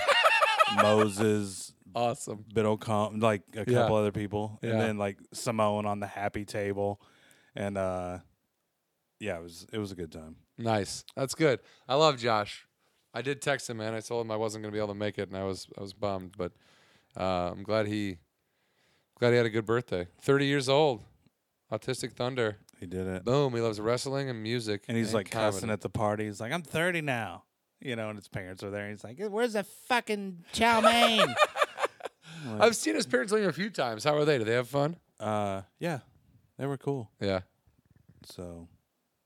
[SPEAKER 4] Moses,
[SPEAKER 5] Awesome.
[SPEAKER 4] Biddle Comp, like a couple
[SPEAKER 5] Yeah.
[SPEAKER 4] other people,
[SPEAKER 5] Yeah.
[SPEAKER 4] and then like Simone on the happy table, and uh, yeah, it was it was a good time.
[SPEAKER 5] Nice. That's good. I love Josh. I did text him, man. I told him I wasn't going to be able to make it, and I was I was bummed. But uh, I'm glad he glad he had a good birthday. 30 years old, autistic thunder.
[SPEAKER 4] He did it.
[SPEAKER 5] Boom. He loves wrestling and music.
[SPEAKER 4] And he's like
[SPEAKER 5] comedy.
[SPEAKER 4] cussing at the party. He's like, I'm 30 now. You know, and his parents are there. He's like, Where's the fucking chow mein?
[SPEAKER 5] I've seen his parents leave a few times. How are they? Do they have fun?
[SPEAKER 4] uh, yeah, they were cool.
[SPEAKER 5] Yeah.
[SPEAKER 4] So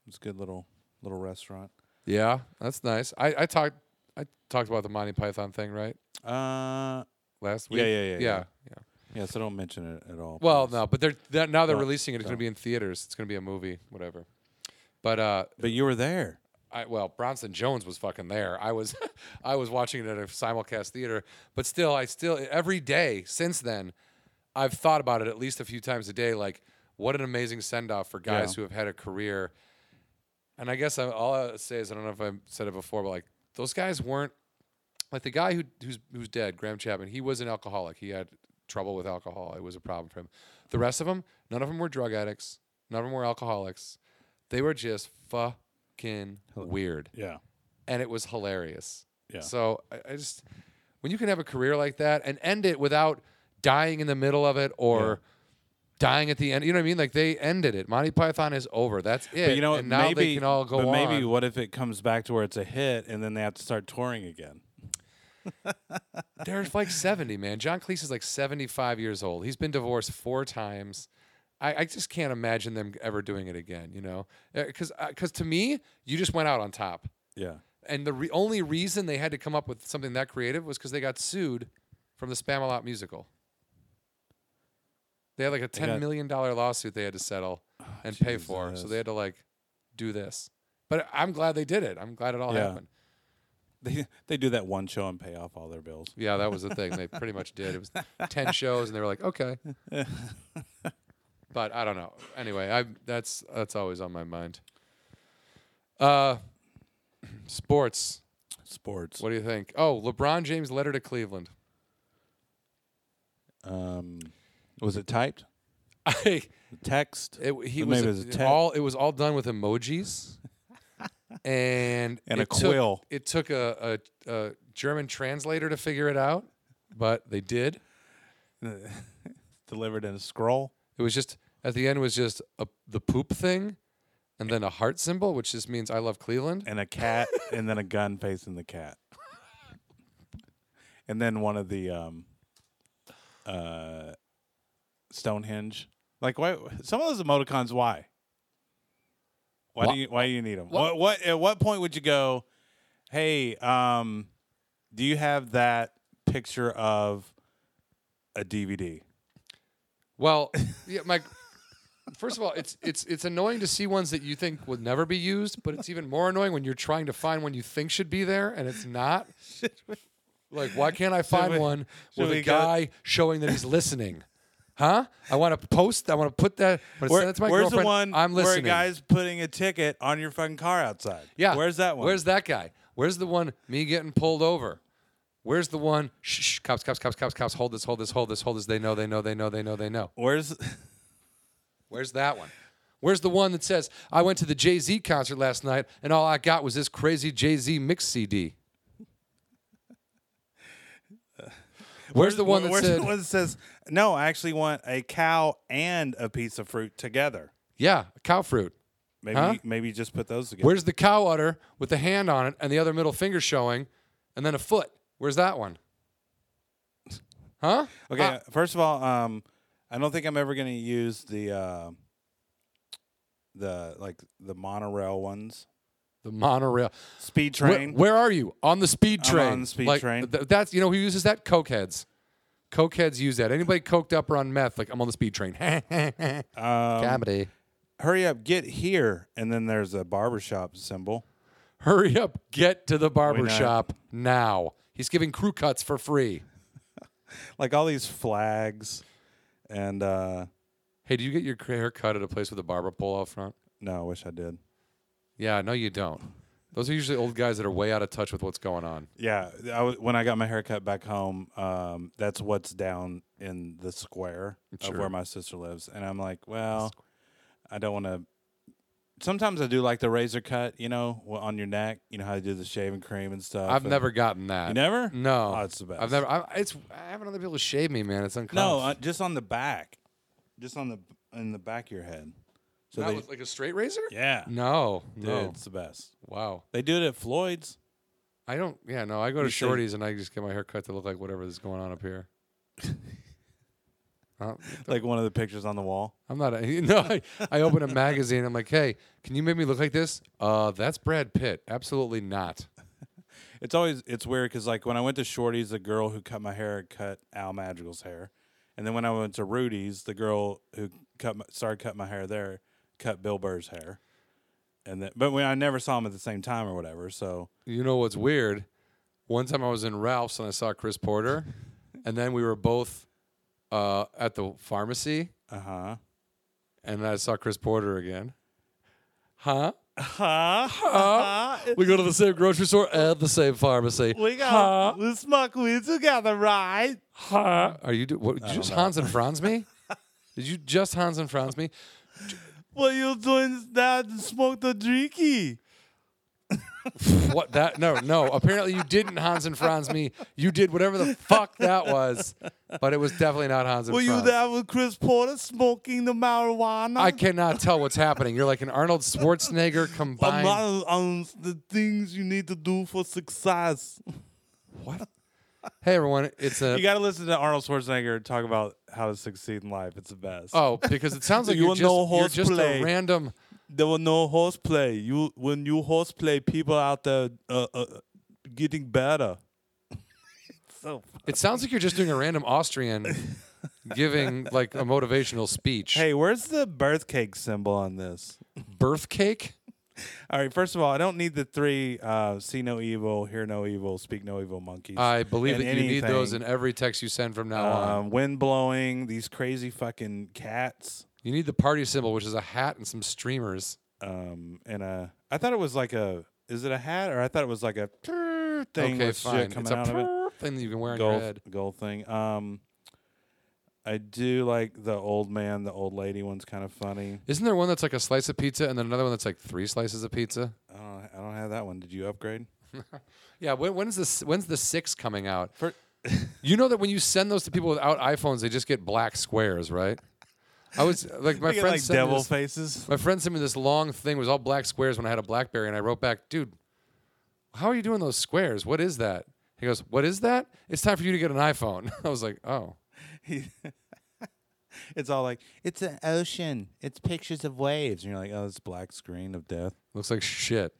[SPEAKER 4] it's a good little little restaurant.
[SPEAKER 5] Yeah, that's nice. I, I talked I talked about the Monty Python thing, right?
[SPEAKER 4] Uh,
[SPEAKER 5] Last week.
[SPEAKER 4] Yeah, yeah, yeah,
[SPEAKER 5] yeah.
[SPEAKER 4] yeah.
[SPEAKER 5] yeah.
[SPEAKER 4] yeah, so don't mention it at all.
[SPEAKER 5] Well,
[SPEAKER 4] please.
[SPEAKER 5] no, but they're, they're now they're
[SPEAKER 4] No,
[SPEAKER 5] releasing it. It's going
[SPEAKER 4] no.
[SPEAKER 5] to be in theaters. It's going to be a movie, whatever. But uh,
[SPEAKER 4] But you were there.
[SPEAKER 5] I, well, Bronson Jones was fucking there. I was, I was watching it at a simulcast theater. But still, I still every day since then, I've thought about it at least a few times a day. Like, what an amazing send off for guys
[SPEAKER 4] Yeah.
[SPEAKER 5] who have had a career. And I guess I, all I say is I don't know if I said it before, but like those guys weren't like the guy who who's who's dead, Graham Chapman. He was an alcoholic. He had trouble with alcohol. It was a problem for him. The rest of them, none of them were drug addicts. None of them were alcoholics. They were just fucking weird
[SPEAKER 4] Yeah.
[SPEAKER 5] and it was hilarious.
[SPEAKER 4] Yeah.
[SPEAKER 5] So I, I just when you can have a career like that and end it without dying in the middle of it or dying at the end, you know what I mean? Like they ended it. Monty Python is over. That's it.
[SPEAKER 4] But you know, what?
[SPEAKER 5] and now
[SPEAKER 4] maybe,
[SPEAKER 5] they can all go
[SPEAKER 4] but maybe
[SPEAKER 5] on.
[SPEAKER 4] what if it comes back to where it's a hit and then they have to start touring again?
[SPEAKER 5] They're like seventy, man. John Cleese is like seventy-five years old. He's been divorced four times. I, I just can't imagine them ever doing it again. You know, Uh, because because to me, you just went out on top.
[SPEAKER 4] Yeah.
[SPEAKER 5] And the re- only reason they had to come up with something that creative was because they got sued from the Spamalot musical. They had like a ten
[SPEAKER 4] got- Oh,
[SPEAKER 5] million dollar lawsuit they had to settle and pay for, so
[SPEAKER 4] Jesus.
[SPEAKER 5] they had to like do this. But I'm glad they did it. I'm glad it all
[SPEAKER 4] Yeah.
[SPEAKER 5] happened.
[SPEAKER 4] They they do that one show and pay off all their bills.
[SPEAKER 5] Yeah, that was the thing. They pretty much did. It was ten shows, and they were like, okay. but I don't know. Anyway, I that's that's always on my mind. Uh, sports.
[SPEAKER 4] Sports.
[SPEAKER 5] What do you think? Oh, LeBron James' letter to Cleveland.
[SPEAKER 4] Um, was it typed?
[SPEAKER 5] I,
[SPEAKER 4] Text?
[SPEAKER 5] it, he
[SPEAKER 4] Or
[SPEAKER 5] was,
[SPEAKER 4] maybe it was a text.
[SPEAKER 5] all it was all done with emojis and
[SPEAKER 4] And a
[SPEAKER 5] it took-
[SPEAKER 4] quill.
[SPEAKER 5] It took a, a, a German translator to figure it out, but they did.
[SPEAKER 4] delivered in a scroll.
[SPEAKER 5] It was just at the end was just a, the poop thing, and then a heart symbol, which just means I love Cleveland.
[SPEAKER 4] and a cat, and then a gun facing the cat, and then one of the um, uh, Stonehenge. Like, why? Some of those emoticons, why? Why
[SPEAKER 5] Wha-
[SPEAKER 4] do you Why do you need them? What? What? At what point would you go? Hey, um, do you have that picture of a DVD?
[SPEAKER 5] Well, yeah, my first of all, it's it's it's annoying to see ones that you think would never be used, but it's even more annoying when you're trying to find one you think should be there and it's not. Like, why can't I find
[SPEAKER 4] we-
[SPEAKER 5] one
[SPEAKER 4] should
[SPEAKER 5] with
[SPEAKER 4] we
[SPEAKER 5] a
[SPEAKER 4] go-
[SPEAKER 5] guy showing that he's listening? Huh? I want to post. I want to put that. I want to
[SPEAKER 4] Where-
[SPEAKER 5] send that to my
[SPEAKER 4] where's
[SPEAKER 5] girlfriend.
[SPEAKER 4] the one
[SPEAKER 5] I'm
[SPEAKER 4] where a
[SPEAKER 5] listening.
[SPEAKER 4] guy's putting a ticket on your fucking car outside?
[SPEAKER 5] yeah.
[SPEAKER 4] Where's that one?
[SPEAKER 5] Where's that guy? Where's the one me getting pulled over? Where's the one? Shh, shh, cops, cops, cops, cops, cops. Hold this, hold this, hold this, hold this. They know, they know, they know, they know, they know.
[SPEAKER 4] Where's
[SPEAKER 5] Where's that one? Where's the one that says, I went to the Jay Z concert last night and all I got was this crazy Jay Z mix CD? Where's the one that
[SPEAKER 4] Where's
[SPEAKER 5] said,
[SPEAKER 4] the one that says, "No, I actually want a cow and a piece of fruit together"?
[SPEAKER 5] yeah, cow fruit?
[SPEAKER 4] Maybe,
[SPEAKER 5] Huh?
[SPEAKER 4] maybe just put those together.
[SPEAKER 5] Where's the cow udder with the hand on it and the other middle finger showing and then a foot? Where's that one? Huh?
[SPEAKER 4] okay,
[SPEAKER 5] Ah,
[SPEAKER 4] uh, first of all, um, I don't think I'm ever going to use the uh, the like the monorail ones,
[SPEAKER 5] the monorail.
[SPEAKER 4] speed
[SPEAKER 5] Where,
[SPEAKER 4] train.
[SPEAKER 5] where are you? On the speed
[SPEAKER 4] I'm
[SPEAKER 5] train.
[SPEAKER 4] on the speed
[SPEAKER 5] Like,
[SPEAKER 4] train.
[SPEAKER 5] th- that's you know who uses that? Cokeheads. Cokeheads use that. Anybody coked up or on meth, like I'm on the speed train. Comedy.
[SPEAKER 4] uh, Hurry up, get here, and then there's a barbershop symbol.
[SPEAKER 5] Hurry up, get to the barber
[SPEAKER 4] Wait, uh,
[SPEAKER 5] shop now. He's giving crew cuts for free.
[SPEAKER 4] Like all these flags, and uh,
[SPEAKER 5] Hey, do you get your hair cut at a place with a barber pole out front?
[SPEAKER 4] no, I wish I did.
[SPEAKER 5] Yeah, no, you don't. Those are usually old guys that are way out of touch with what's going on.
[SPEAKER 4] Yeah, I w- when I got my haircut back home, um, that's what's down in the square of
[SPEAKER 5] Sure.
[SPEAKER 4] where my sister lives, and I'm like, well, I don't want to sometimes I do like the razor cut, you know, wh- on your neck. You know how you do the shaving cream and stuff.
[SPEAKER 5] I've
[SPEAKER 4] and-
[SPEAKER 5] never gotten that.
[SPEAKER 4] You never?
[SPEAKER 5] No.
[SPEAKER 4] Oh, it's the best.
[SPEAKER 5] I've never. I, it's. I haven't other people shave me, man. It's uncomfortable.
[SPEAKER 4] No, uh, just on the back, just on the in the back of your head. So
[SPEAKER 5] Not
[SPEAKER 4] they,
[SPEAKER 5] with, like a straight razor.
[SPEAKER 4] yeah,
[SPEAKER 5] No.
[SPEAKER 4] dude,
[SPEAKER 5] Mm, No.
[SPEAKER 4] it's the best.
[SPEAKER 5] Wow.
[SPEAKER 4] They do it at Floyd's.
[SPEAKER 5] I don't. Yeah. No. I go to
[SPEAKER 4] You see-
[SPEAKER 5] shorties and I just get my hair cut to look like whatever is going on up here. Uh,
[SPEAKER 4] Like one of the pictures on the wall.
[SPEAKER 5] I'm not. A, no. I, I open a magazine. I'm like, hey, can you make me look like this? Uh, that's Brad Pitt. Absolutely not.
[SPEAKER 4] It's always it's weird because like when I went to Shorty's, the girl who cut my hair cut Al Madrigal's hair, and then when I went to Rudy's, the girl who cut my, started cutting my hair there cut Bill Burr's hair, and then but when I never saw him at the same time or whatever, so
[SPEAKER 5] You know what's weird? One time I was in Ralph's and I saw Chris Porter, and then we were both uh, at the pharmacy,
[SPEAKER 4] uh huh.
[SPEAKER 5] and I saw Chris Porter again. Huh?
[SPEAKER 4] Huh? Huh?
[SPEAKER 5] We go to the same grocery store and the same pharmacy. Huh?
[SPEAKER 4] we smoke weed together, right?
[SPEAKER 5] Huh? Are you? Do- what, did you just Hans and Franz me? did you just Hans and Franz me?
[SPEAKER 4] What you doing that smoke the drinky?
[SPEAKER 5] What that? No, no. Apparently you didn't Hans and Franz me. You did whatever the fuck that was, but it was definitely not Hans and
[SPEAKER 4] Were you
[SPEAKER 5] Franz.
[SPEAKER 4] there with Chris Porter smoking the marijuana?
[SPEAKER 5] I cannot tell what's happening. You're like an Arnold Schwarzenegger
[SPEAKER 4] I'm
[SPEAKER 5] combined.
[SPEAKER 4] not on the things you need to do for success.
[SPEAKER 5] What? Hey everyone, it's a
[SPEAKER 4] You got to listen to Arnold Schwarzenegger talk about how to succeed in life. It's the best.
[SPEAKER 5] oh because it sounds like
[SPEAKER 4] You
[SPEAKER 5] you are
[SPEAKER 4] want
[SPEAKER 5] just,
[SPEAKER 4] no
[SPEAKER 5] you're just
[SPEAKER 4] horseplay.
[SPEAKER 5] a random.
[SPEAKER 4] There were no horseplay. You when you horseplay, people out there uh, uh, getting better. so fun.
[SPEAKER 5] It sounds like you're just doing a random Austrian giving like a motivational speech.
[SPEAKER 4] Hey, where's the birth cake symbol on this?
[SPEAKER 5] birth cake.
[SPEAKER 4] All right. First of all, I don't need the three uh, see no evil, hear no evil, speak no evil monkeys.
[SPEAKER 5] I believe
[SPEAKER 4] and
[SPEAKER 5] that you need those in
[SPEAKER 4] anything.
[SPEAKER 5] every text you send from now on.
[SPEAKER 4] Um, wind blowing, these crazy fucking cats,
[SPEAKER 5] You need the party symbol, which is a hat and some streamers.
[SPEAKER 4] um, and a. I thought it was like a. Is it a hat or I thought it was like a prrr thing
[SPEAKER 5] okay,
[SPEAKER 4] with
[SPEAKER 5] fine.
[SPEAKER 4] shit
[SPEAKER 5] It's
[SPEAKER 4] coming
[SPEAKER 5] a
[SPEAKER 4] out of it.
[SPEAKER 5] prrr thing that you can wear on your
[SPEAKER 4] Gold,
[SPEAKER 5] head.
[SPEAKER 4] gold thing. Um, I do like the old man, the old lady one's kind of funny.
[SPEAKER 5] Isn't there one that's like a slice of pizza and then another one that's like three slices of pizza?
[SPEAKER 4] I don't, I don't have that one. Did you upgrade?
[SPEAKER 5] Yeah, when, when's this? When's the six coming out?
[SPEAKER 4] For-
[SPEAKER 5] you know that when you send those to people without iPhones, they just get black squares, right? I was like, my
[SPEAKER 4] They get,
[SPEAKER 5] friend
[SPEAKER 4] like
[SPEAKER 5] sent me
[SPEAKER 4] devil
[SPEAKER 5] this-
[SPEAKER 4] faces.
[SPEAKER 5] My friend sent me this long thing. It was all black squares when I had a BlackBerry, and I wrote back, "Dude, how are you doing those squares? What is that?" He goes, "What is that? It's time for you to get an iPhone." I was like, "Oh,
[SPEAKER 4] It's all like it's an ocean. It's pictures of waves, and you're like, oh, it's black screen of death.
[SPEAKER 5] looks like shit."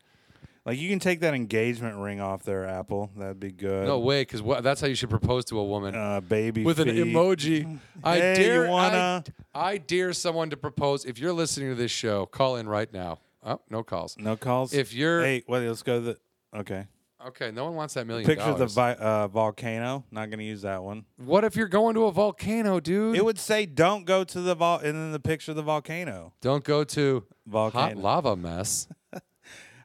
[SPEAKER 4] Like you can take that engagement ring off there, Apple. That'd be good.
[SPEAKER 5] No way, because that's how you should propose to a woman
[SPEAKER 4] uh, baby
[SPEAKER 5] with an
[SPEAKER 4] feet.
[SPEAKER 5] emoji. I
[SPEAKER 4] Hey, you
[SPEAKER 5] dare,
[SPEAKER 4] wanna-
[SPEAKER 5] I, I dare someone to propose. If you're listening to this show, call in right now. Oh, no calls.
[SPEAKER 4] No calls.
[SPEAKER 5] If you're
[SPEAKER 4] hey, wait, let's go to the okay.
[SPEAKER 5] okay, no one wants that million
[SPEAKER 4] Picture of the
[SPEAKER 5] dollars.
[SPEAKER 4] vi- uh, volcano. Not gonna use that one.
[SPEAKER 5] what if you're going to a volcano, dude?
[SPEAKER 4] It would say don't go to the vol, and then the picture of the volcano.
[SPEAKER 5] Don't go to hot
[SPEAKER 4] Volcano.
[SPEAKER 5] lava mess.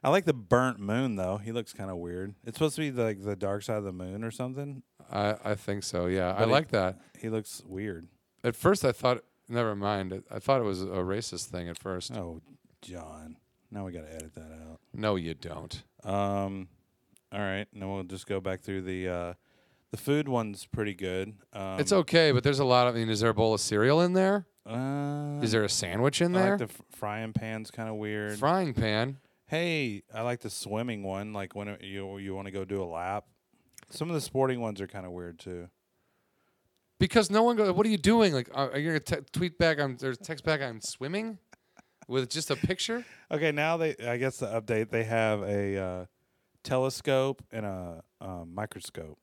[SPEAKER 4] I like the burnt moon though. He looks kind of weird. It's supposed to be like the dark side of the moon or something.
[SPEAKER 5] I, I think so. Yeah, I
[SPEAKER 4] it-
[SPEAKER 5] like that.
[SPEAKER 4] He looks weird.
[SPEAKER 5] At first, I thought. Never mind. I thought it was a racist thing at first.
[SPEAKER 4] Oh, John. Now we gotta edit that out.
[SPEAKER 5] No, you don't.
[SPEAKER 4] Um, all right, and then we'll just go back through the uh, the food one's pretty good. Um,
[SPEAKER 5] it's okay, but there's a lot of. I mean, is there a bowl of cereal in there?
[SPEAKER 4] uh,
[SPEAKER 5] Is there a sandwich in
[SPEAKER 4] I
[SPEAKER 5] there?
[SPEAKER 4] like the f- frying pan's kind of weird.
[SPEAKER 5] Frying pan.
[SPEAKER 4] hey, I like the swimming one. Like when it- you you want to go do a lap. Some of the sporting ones are kind of weird too.
[SPEAKER 5] Because no one goes. What are you doing? Like, are are you gonna te- tweet back? I'm or text back. I'm swimming, with just a picture.
[SPEAKER 4] Okay, now they I guess the update they have a uh, telescope and a um, microscope,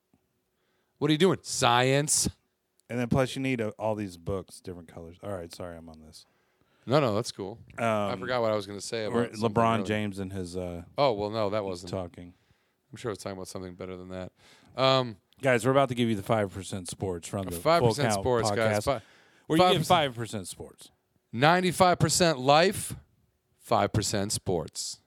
[SPEAKER 5] What are you doing? Science.
[SPEAKER 4] and then plus you need uh all these books, different colors. All right, sorry, I'm on this.
[SPEAKER 5] No, no, that's cool.
[SPEAKER 4] Um,
[SPEAKER 5] I forgot what I was gonna say
[SPEAKER 4] where
[SPEAKER 5] about something
[SPEAKER 4] LeBron
[SPEAKER 5] earlier.
[SPEAKER 4] James and his uh,
[SPEAKER 5] Oh well, no, that wasn't.
[SPEAKER 4] talking.
[SPEAKER 5] I'm sure I was talking about something better than that. Um,
[SPEAKER 4] Guys, we're about to give you the five percent sports from the
[SPEAKER 5] five
[SPEAKER 4] Full
[SPEAKER 5] percent
[SPEAKER 4] Count
[SPEAKER 5] sports,
[SPEAKER 4] podcast.
[SPEAKER 5] guys. Fi-
[SPEAKER 4] Where you get
[SPEAKER 5] 5%.
[SPEAKER 4] five percent sports.
[SPEAKER 5] Ninety-five percent life, five percent sports.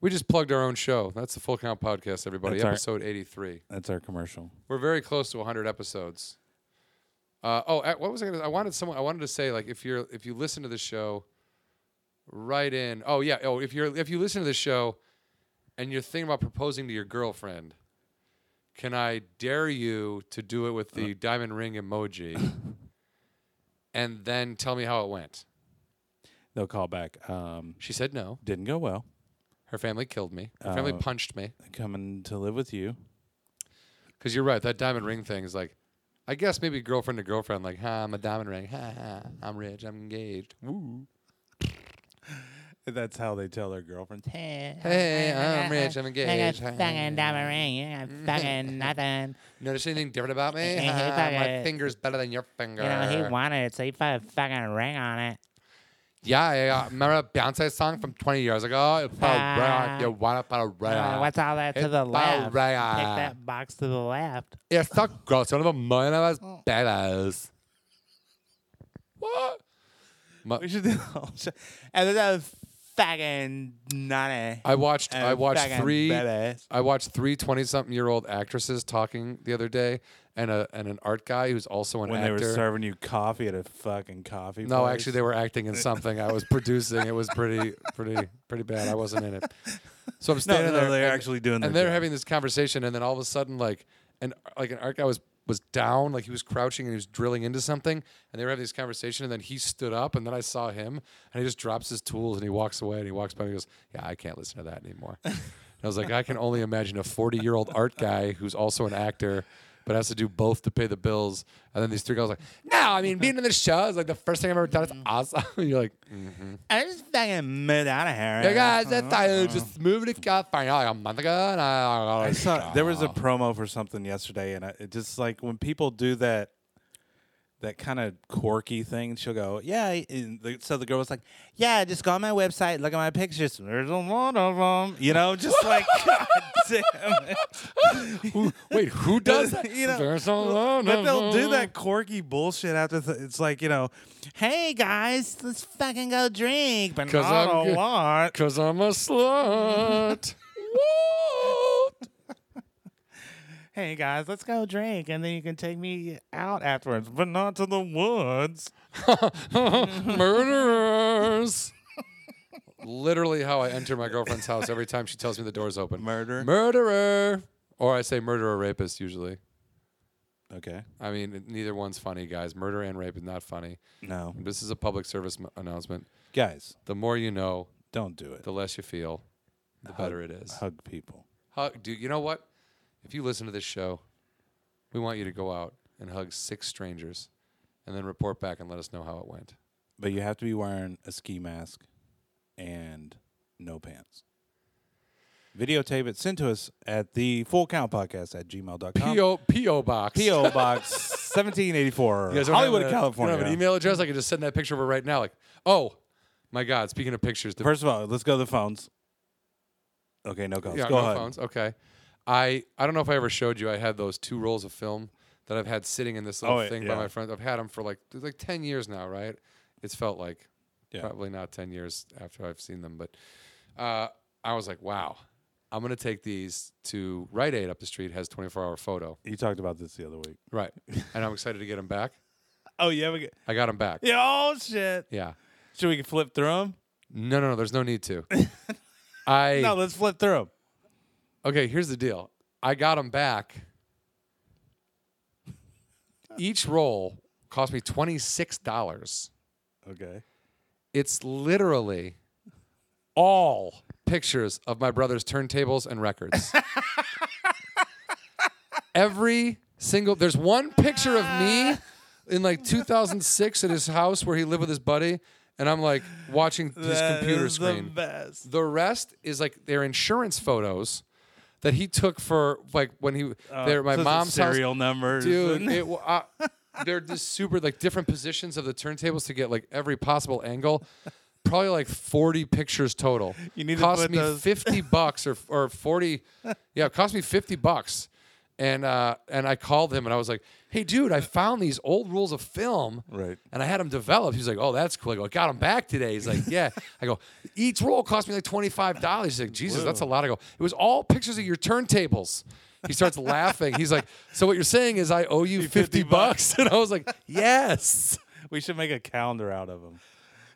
[SPEAKER 5] We just plugged our own show. That's the Full Count Podcast, everybody.
[SPEAKER 4] That's our-
[SPEAKER 5] Episode eighty-three.
[SPEAKER 4] That's our commercial.
[SPEAKER 5] We're very close to 100 episodes. Uh, oh, uh, what was I going to? I wanted someone. I wanted to say like if you're if you listen to the show, right in. Oh yeah. Oh, if you're if you listen to this show, and you're thinking about proposing to your girlfriend, can I dare you to do it with the diamond ring emoji, and then tell me how it went?
[SPEAKER 4] They'll call back. Um,
[SPEAKER 5] She said no.
[SPEAKER 4] didn't go well.
[SPEAKER 5] Her family killed me. Her family punched me.
[SPEAKER 4] Coming to live with you.
[SPEAKER 5] Because you're right. That diamond ring thing is like, I guess maybe girlfriend to girlfriend. Like, ha, I'm a diamond ring. Ha ha. I'm rich. I'm engaged. Woo.
[SPEAKER 4] That's how they tell their girlfriends.
[SPEAKER 5] Hey, I'm rich. I'm
[SPEAKER 6] I got
[SPEAKER 5] engaged. Ha, ha.
[SPEAKER 6] fucking diamond ring. You ain't got fucking nothing.
[SPEAKER 5] Notice anything different about me?
[SPEAKER 6] Hey, hey,
[SPEAKER 5] Ha, ha, My
[SPEAKER 6] fucker.
[SPEAKER 5] finger's better than your finger.
[SPEAKER 6] You know, he wanted it, so he put a fucking ring on it.
[SPEAKER 5] Yeah, I uh, remember a Beyonce song from 20 years ago? It felt right. You want to put a ring
[SPEAKER 6] Uh,
[SPEAKER 5] on it.
[SPEAKER 6] what's all that to
[SPEAKER 5] It's
[SPEAKER 6] the
[SPEAKER 5] all
[SPEAKER 6] left?
[SPEAKER 5] right.
[SPEAKER 6] Take that box to the left.
[SPEAKER 5] It's not gross. One of a million of us
[SPEAKER 4] Oh.
[SPEAKER 5] badass. What?
[SPEAKER 4] We should do the whole show. And then that was fucking nutty.
[SPEAKER 5] I watched. I
[SPEAKER 4] And
[SPEAKER 5] watched
[SPEAKER 4] fucking
[SPEAKER 5] three.
[SPEAKER 4] badass.
[SPEAKER 5] I watched three 20-something-year-old actresses talking the other day, and a and an art guy who's also an
[SPEAKER 4] When
[SPEAKER 5] actor.
[SPEAKER 4] they were serving you coffee at a fucking coffee.
[SPEAKER 5] no,
[SPEAKER 4] place.
[SPEAKER 5] actually, they were acting in something. I was producing. It was pretty, pretty, pretty bad. I wasn't in it. So I'm
[SPEAKER 4] No,
[SPEAKER 5] standing
[SPEAKER 4] no,
[SPEAKER 5] there.
[SPEAKER 4] no, they're
[SPEAKER 5] and-
[SPEAKER 4] actually doing.
[SPEAKER 5] and
[SPEAKER 4] their
[SPEAKER 5] they're
[SPEAKER 4] job.
[SPEAKER 5] having this conversation, and then all of a sudden, like, and like an art guy was was down, like he was crouching and he was drilling into something, and they were having this conversation, and then he stood up, and then I saw him, and he just drops his tools and he walks away, and he walks by and he goes, "Yeah, I can't listen to that anymore." and I was like, I can only imagine a forty year old art guy who's also an actor. But has to do both to pay the bills, and then these three girls like, no, I mean being in this show is like the first thing I've ever done.
[SPEAKER 4] Mm.
[SPEAKER 5] It's awesome. And you're like,
[SPEAKER 4] I just fucking moved out of here.
[SPEAKER 5] hey guys,
[SPEAKER 4] Uh-huh.
[SPEAKER 5] that's I just moved to California like a month ago, and I,
[SPEAKER 4] I saw there was a promo for something yesterday, and I, it just like when people do that, that kind of quirky thing. She'll go, "Yeah." I- And the, so the girl was like, "Yeah, just go on my website, look at my pictures. There's a lot of them, you know." Just like, God damn it.
[SPEAKER 5] Who- Wait, who does that?
[SPEAKER 4] You know,
[SPEAKER 5] There's a lot
[SPEAKER 4] But
[SPEAKER 5] of
[SPEAKER 4] they'll do
[SPEAKER 5] them.
[SPEAKER 4] that quirky bullshit after th- it's like you know, hey guys, let's fucking go drink, but
[SPEAKER 5] 'Cause
[SPEAKER 4] not
[SPEAKER 5] I'm
[SPEAKER 4] a
[SPEAKER 5] good.
[SPEAKER 4] lot.
[SPEAKER 5] Cause I'm a slut. what?
[SPEAKER 4] Hey guys, let's go drink, and then you can take me out afterwards, but not to the woods.
[SPEAKER 5] Murderers. Literally how I enter my girlfriend's house every time she tells me the door's open.
[SPEAKER 4] Murder.
[SPEAKER 5] Murderer. Or I say murderer rapist usually.
[SPEAKER 4] Okay.
[SPEAKER 5] I mean, neither one's funny, guys. Murder and rape is not funny.
[SPEAKER 4] No,
[SPEAKER 5] This is a public service m- announcement.
[SPEAKER 4] guys,
[SPEAKER 5] The more you know,
[SPEAKER 4] don't do it.
[SPEAKER 5] the less you feel, the better it is.
[SPEAKER 4] Hug people.
[SPEAKER 5] Hug, dude. You know what? If you listen to this show, we want you to go out and hug six strangers, and then report back and let us know how it went.
[SPEAKER 4] But you have to be wearing a ski mask and no pants. Videotape it. Send to us at the full count podcast at gmail.com.
[SPEAKER 5] PO PO box.
[SPEAKER 4] P.O. Box 1784.
[SPEAKER 5] You guys don't have
[SPEAKER 4] Hollywood,
[SPEAKER 5] a-
[SPEAKER 4] California.
[SPEAKER 5] You don't have an email address. I could just send that picture over right now. Like, oh my God. Speaking of pictures, the
[SPEAKER 4] First of all, let's go to the phones. Okay, no calls.
[SPEAKER 5] yeah,
[SPEAKER 4] go
[SPEAKER 5] no
[SPEAKER 4] ahead.
[SPEAKER 5] phones. Okay. I I don't know if I ever showed you. I had those two rolls of film that I've had sitting in this little
[SPEAKER 4] Oh,
[SPEAKER 5] thing
[SPEAKER 4] yeah.
[SPEAKER 5] by my friend. I've had them for like like ten years now, right? It's felt like
[SPEAKER 4] Yeah.
[SPEAKER 5] probably not ten years after I've seen them, but uh, I was like, wow, I'm gonna take these to Rite Aid up the street. Has 24 hour photo,
[SPEAKER 4] You talked about this the other week.
[SPEAKER 5] right? and I'm excited to get them back.
[SPEAKER 4] Oh, yeah. We get,
[SPEAKER 5] I got them back.
[SPEAKER 4] yeah. Oh, shit.
[SPEAKER 5] Yeah.
[SPEAKER 4] Should we flip through them?
[SPEAKER 5] No, no, no. There's no need to. I
[SPEAKER 4] No, let's flip through them.
[SPEAKER 5] Okay, here's the deal. I got them back. Each roll cost me twenty six dollars.
[SPEAKER 4] Okay.
[SPEAKER 5] It's literally all pictures of my brother's turntables and records. Every single there's one picture of me in like 2006 at his house where he lived with his buddy, and I'm like watching his computer screen.
[SPEAKER 4] The best.
[SPEAKER 5] The rest is like their insurance photos that he took for like when he they're my
[SPEAKER 4] Uh, So it's
[SPEAKER 5] mom's house.
[SPEAKER 4] serial numbers.
[SPEAKER 5] Dude,
[SPEAKER 4] and-
[SPEAKER 5] it, wa- uh, they're just super like different positions of the turntables to get like every possible angle. Probably like forty pictures total.
[SPEAKER 4] You need to
[SPEAKER 5] cost
[SPEAKER 4] put
[SPEAKER 5] me
[SPEAKER 4] those-
[SPEAKER 5] fifty bucks or or forty. Yeah, it cost me fifty bucks. And uh, and I called him and I was like, "Hey, dude, I found these old rules of film,
[SPEAKER 4] Right.
[SPEAKER 5] And I had them developed. He's like, "Oh, that's cool." I go, "I got them back today." He's like, "Yeah." I go, "Each roll cost me like twenty five dollars." He's like, "Jesus, that's a lot." I go, "It was all pictures of your turntables." He starts laughing. He's like, "So what you're saying is I owe you fifty bucks?" And I was like, "Yes,
[SPEAKER 4] we should make a calendar out of them.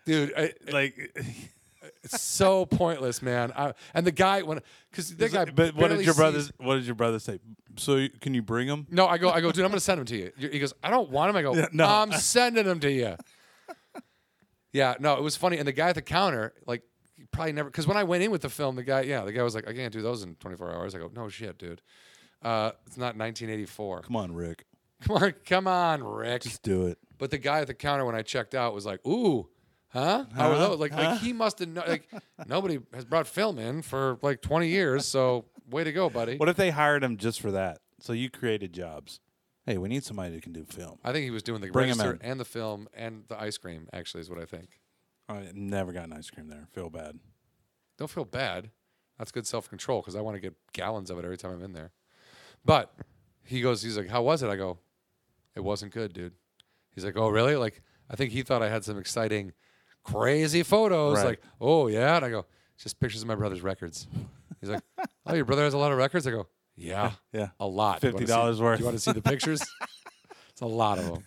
[SPEAKER 5] dude." I,
[SPEAKER 4] Like,
[SPEAKER 5] It's so pointless, man. I, and the guy when because the guy.
[SPEAKER 4] But what did
[SPEAKER 5] barely
[SPEAKER 4] your brother?
[SPEAKER 5] sees-
[SPEAKER 4] What did your brother say? So you- can you bring him?
[SPEAKER 5] No, I go. I go, dude. I'm gonna send him to you. He goes, I don't want him. I go,
[SPEAKER 4] no.
[SPEAKER 5] I'm sending him to you. Yeah, no, it was funny. And the guy at the counter, like, he probably never. Because when I went in with the film, the guy, yeah, the guy was like, I can't do those in 24 hours. I go, no shit, dude. Uh, it's not 1984.
[SPEAKER 4] Come on, Rick.
[SPEAKER 5] Come on, come on, Rick.
[SPEAKER 4] Just do it.
[SPEAKER 5] But the guy at the counter when I checked out was like, "Ooh, huh? How are those? Like, like he must have kno- like nobody has brought film in for like 20 years. So way to go, buddy.
[SPEAKER 4] What if they hired him just for that? So you created jobs. Hey, we need somebody that can do film.
[SPEAKER 5] I think he was doing the
[SPEAKER 4] Bring him
[SPEAKER 5] register
[SPEAKER 4] in.
[SPEAKER 5] and the film and the ice cream. Actually, is what I think.
[SPEAKER 4] I never got an ice cream there. Feel bad.
[SPEAKER 5] Don't feel bad. That's good self control because I want to get gallons of it every time I'm in there. But he goes, he's like, "How was it?" I go, "It wasn't good, dude." He's like, "Oh, really?" Like I think he thought I had some exciting, crazy photos.
[SPEAKER 4] Right.
[SPEAKER 5] Like, "Oh yeah," and I go, "It's "Just pictures of my brother's records." He's like, "Oh, your brother has a lot of records." I go, "Yeah,
[SPEAKER 4] Yeah.
[SPEAKER 5] a lot. Do you wanna see-
[SPEAKER 4] $50 worth.
[SPEAKER 5] Do you want to see the pictures? it's a lot of them."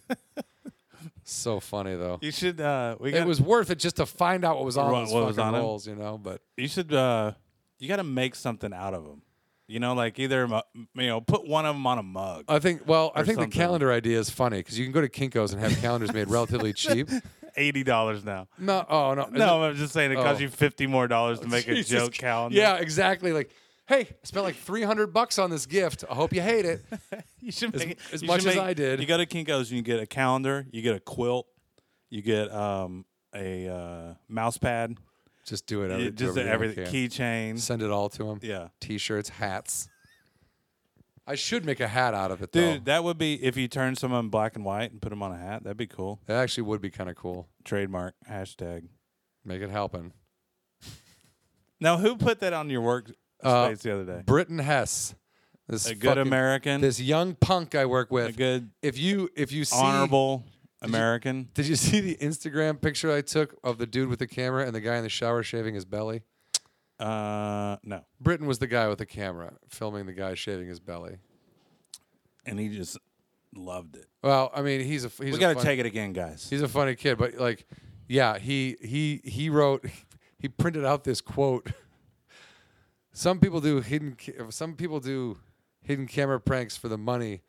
[SPEAKER 5] so funny though.
[SPEAKER 4] You should. Uh, we
[SPEAKER 5] It
[SPEAKER 4] got.
[SPEAKER 5] was worth it just to find out what was on
[SPEAKER 4] What-
[SPEAKER 5] those
[SPEAKER 4] what was
[SPEAKER 5] fucking
[SPEAKER 4] on 'em?
[SPEAKER 5] rolls, you know. But
[SPEAKER 4] you should. Uh, you got to make something out of them. You know, like either mu- you know, put one of them on a mug.
[SPEAKER 5] I think. Well, I
[SPEAKER 4] or
[SPEAKER 5] think the
[SPEAKER 4] something.
[SPEAKER 5] calendar idea is funny because you can go to Kinkos and have calendars made relatively cheap.
[SPEAKER 4] Eighty dollars now.
[SPEAKER 5] No, oh no,
[SPEAKER 4] No, I'm just saying it costs
[SPEAKER 5] Oh.
[SPEAKER 4] you fifty more dollars to make
[SPEAKER 5] Jesus.
[SPEAKER 4] a joke calendar.
[SPEAKER 5] Yeah, exactly. Like, hey, I spent like three hundred bucks on this gift. I hope you hate it.
[SPEAKER 4] you should
[SPEAKER 5] As-
[SPEAKER 4] make,
[SPEAKER 5] as
[SPEAKER 4] you
[SPEAKER 5] much
[SPEAKER 4] should
[SPEAKER 5] as
[SPEAKER 4] make-
[SPEAKER 5] I did.
[SPEAKER 4] You go to Kinko's, you get a calendar, you get a quilt, you get um, a uh, mouse pad,
[SPEAKER 5] Just do it.
[SPEAKER 4] you-
[SPEAKER 5] Every,
[SPEAKER 4] just
[SPEAKER 5] do everything
[SPEAKER 4] everything,
[SPEAKER 5] you can.
[SPEAKER 4] keychain.
[SPEAKER 5] Send it all to him.
[SPEAKER 4] Yeah,
[SPEAKER 5] T-shirts, hats. I should make a hat out of it,
[SPEAKER 4] dude,
[SPEAKER 5] Though.
[SPEAKER 4] that would be if you turn someone black and white and put them on a hat. That'd be cool.
[SPEAKER 5] That actually would be kind of cool.
[SPEAKER 4] Trademark hashtag.
[SPEAKER 5] Make it happen.
[SPEAKER 4] Now, who put that on your work space
[SPEAKER 5] Uh,
[SPEAKER 4] the other day?
[SPEAKER 5] Britton Hess, this
[SPEAKER 4] A good
[SPEAKER 5] fucking-
[SPEAKER 4] American,
[SPEAKER 5] this young punk I work with.
[SPEAKER 4] a good
[SPEAKER 5] if you if you see
[SPEAKER 4] honorable American.
[SPEAKER 5] Did you see the Instagram picture I took of the dude with the camera and the guy in the shower shaving his belly?
[SPEAKER 4] Uh, no,
[SPEAKER 5] Britain was the guy with the camera filming the guy shaving his belly.
[SPEAKER 4] and he just loved it.
[SPEAKER 5] Well, I mean, he's a he's
[SPEAKER 4] we
[SPEAKER 5] a
[SPEAKER 4] got to
[SPEAKER 5] funny,
[SPEAKER 4] take it again, guys.
[SPEAKER 5] He's a funny kid, but like, yeah, he he he wrote, he printed out this quote. Some people do hidden. ca- Some people do hidden camera pranks for the money,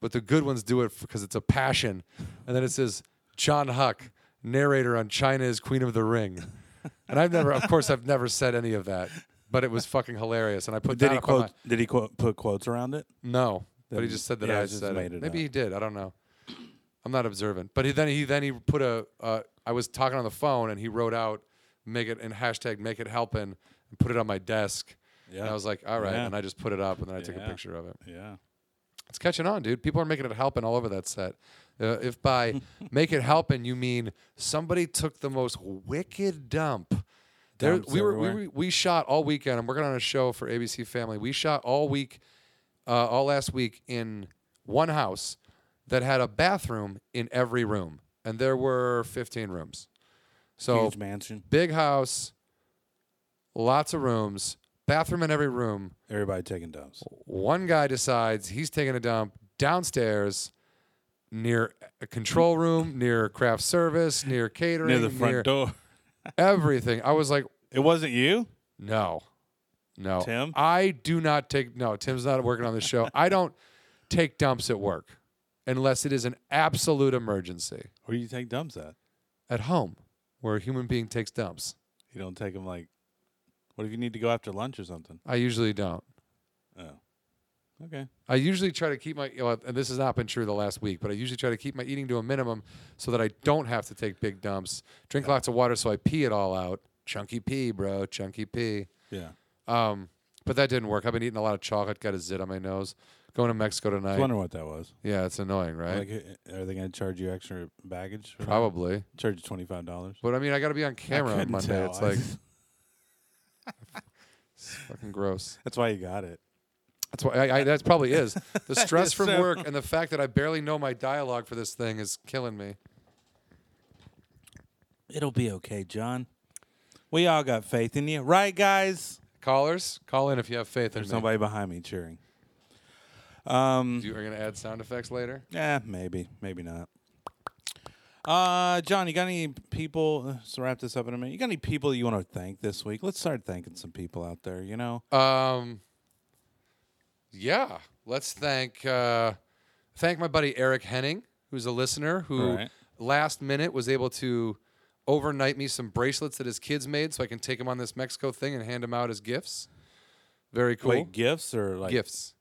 [SPEAKER 5] but the good ones do it because it's a passion. And then it says John Huck, narrator on China is Queen of the Ring, and I've never, of course, I've never said any of that, but it was fucking hilarious. And I put
[SPEAKER 4] Did
[SPEAKER 5] that
[SPEAKER 4] he
[SPEAKER 5] up on my-
[SPEAKER 4] quote? Did he quote, put quotes around it?
[SPEAKER 5] No, but he
[SPEAKER 4] Then-
[SPEAKER 5] just said that
[SPEAKER 4] yeah,
[SPEAKER 5] I
[SPEAKER 4] just
[SPEAKER 5] said
[SPEAKER 4] made
[SPEAKER 5] it.
[SPEAKER 4] it
[SPEAKER 5] Maybe
[SPEAKER 4] up.
[SPEAKER 5] he did. I don't know. I'm not observant. But he then he then he put a. Uh, I was talking on the phone and he wrote out make it and hashtag make it helpin and put it on my desk. Yeah. And I was like, all right.
[SPEAKER 4] Yeah.
[SPEAKER 5] And I just put it up and then I took a
[SPEAKER 4] Yeah.
[SPEAKER 5] picture of it.
[SPEAKER 4] Yeah.
[SPEAKER 5] It's catching on, dude. People are making it helping all over that set. Uh, if by make it helping you mean somebody took the most wicked dump. There,
[SPEAKER 4] Dumps
[SPEAKER 5] we were we,
[SPEAKER 4] everywhere.
[SPEAKER 5] were- we shot all weekend. I'm working on a show for ABC Family. We shot all week, uh, all last week in one house that had a bathroom in every room, and there were 15 rooms. So
[SPEAKER 4] Huge mansion.
[SPEAKER 5] big house, lots of rooms, bathroom in every room
[SPEAKER 4] Everybody taking dumps.
[SPEAKER 5] one guy decides he's taking a dump downstairs near a control room, near craft service, near catering,
[SPEAKER 4] Near the front
[SPEAKER 5] near
[SPEAKER 4] door.
[SPEAKER 5] everything. I was like,
[SPEAKER 4] It wasn't you?
[SPEAKER 5] no, no.
[SPEAKER 4] Tim?
[SPEAKER 5] I do not take, no, Tim's not working on the show. I don't take dumps at work unless it is an absolute emergency
[SPEAKER 4] Where you take dumps at?
[SPEAKER 5] at home where a human being takes dumps.
[SPEAKER 4] You don't take them like, what if you need to go after lunch or something? Oh.
[SPEAKER 5] I usually don't.
[SPEAKER 4] Okay.
[SPEAKER 5] I usually try to keep my, well, and this has not been true the last week, but I usually try to keep my eating to a minimum so that I don't have to take big dumps. Drink lots of water so I pee it all out. Chunky pee, bro. Chunky pee.
[SPEAKER 4] Yeah.
[SPEAKER 5] Um, but that didn't work. I've been eating a lot of chocolate. Got a zit on my nose. Going to Mexico
[SPEAKER 4] I
[SPEAKER 5] tonight.
[SPEAKER 4] was wondering what that was.
[SPEAKER 5] yeah, it's annoying, right?
[SPEAKER 4] Like, uh, are they going to charge you extra baggage? for that?
[SPEAKER 5] Probably.
[SPEAKER 4] Charge you twenty five dollars.
[SPEAKER 5] But I mean, I got to be on camera on Monday. It's like fucking gross.
[SPEAKER 4] that's why you got it.
[SPEAKER 5] That's why I, I, that probably is the stress from
[SPEAKER 4] So-
[SPEAKER 5] work and the fact that I barely know my dialogue for this thing is killing me.
[SPEAKER 4] It'll be okay, John. We all got faith in you, right, guys?
[SPEAKER 5] Callers, call in if you have faith in
[SPEAKER 4] There's
[SPEAKER 5] me.
[SPEAKER 4] somebody behind me cheering. Um.
[SPEAKER 5] Mm-hmm. You are gonna add sound effects later.
[SPEAKER 4] Yeah, maybe, maybe not. Uh, John, you got any people? uh, Let's wrap this up in a minute. You got any people you want to thank this week? Let's start thanking some people out there. You know,
[SPEAKER 5] Um, yeah, let's thank uh, thank my buddy Eric Henning, who's a listener who
[SPEAKER 4] Right.
[SPEAKER 5] last minute was able to overnight me some bracelets that his kids made, so I can take them on this Mexico thing and hand them out as gifts. Very cool.
[SPEAKER 4] wait, gifts or like
[SPEAKER 5] gifts,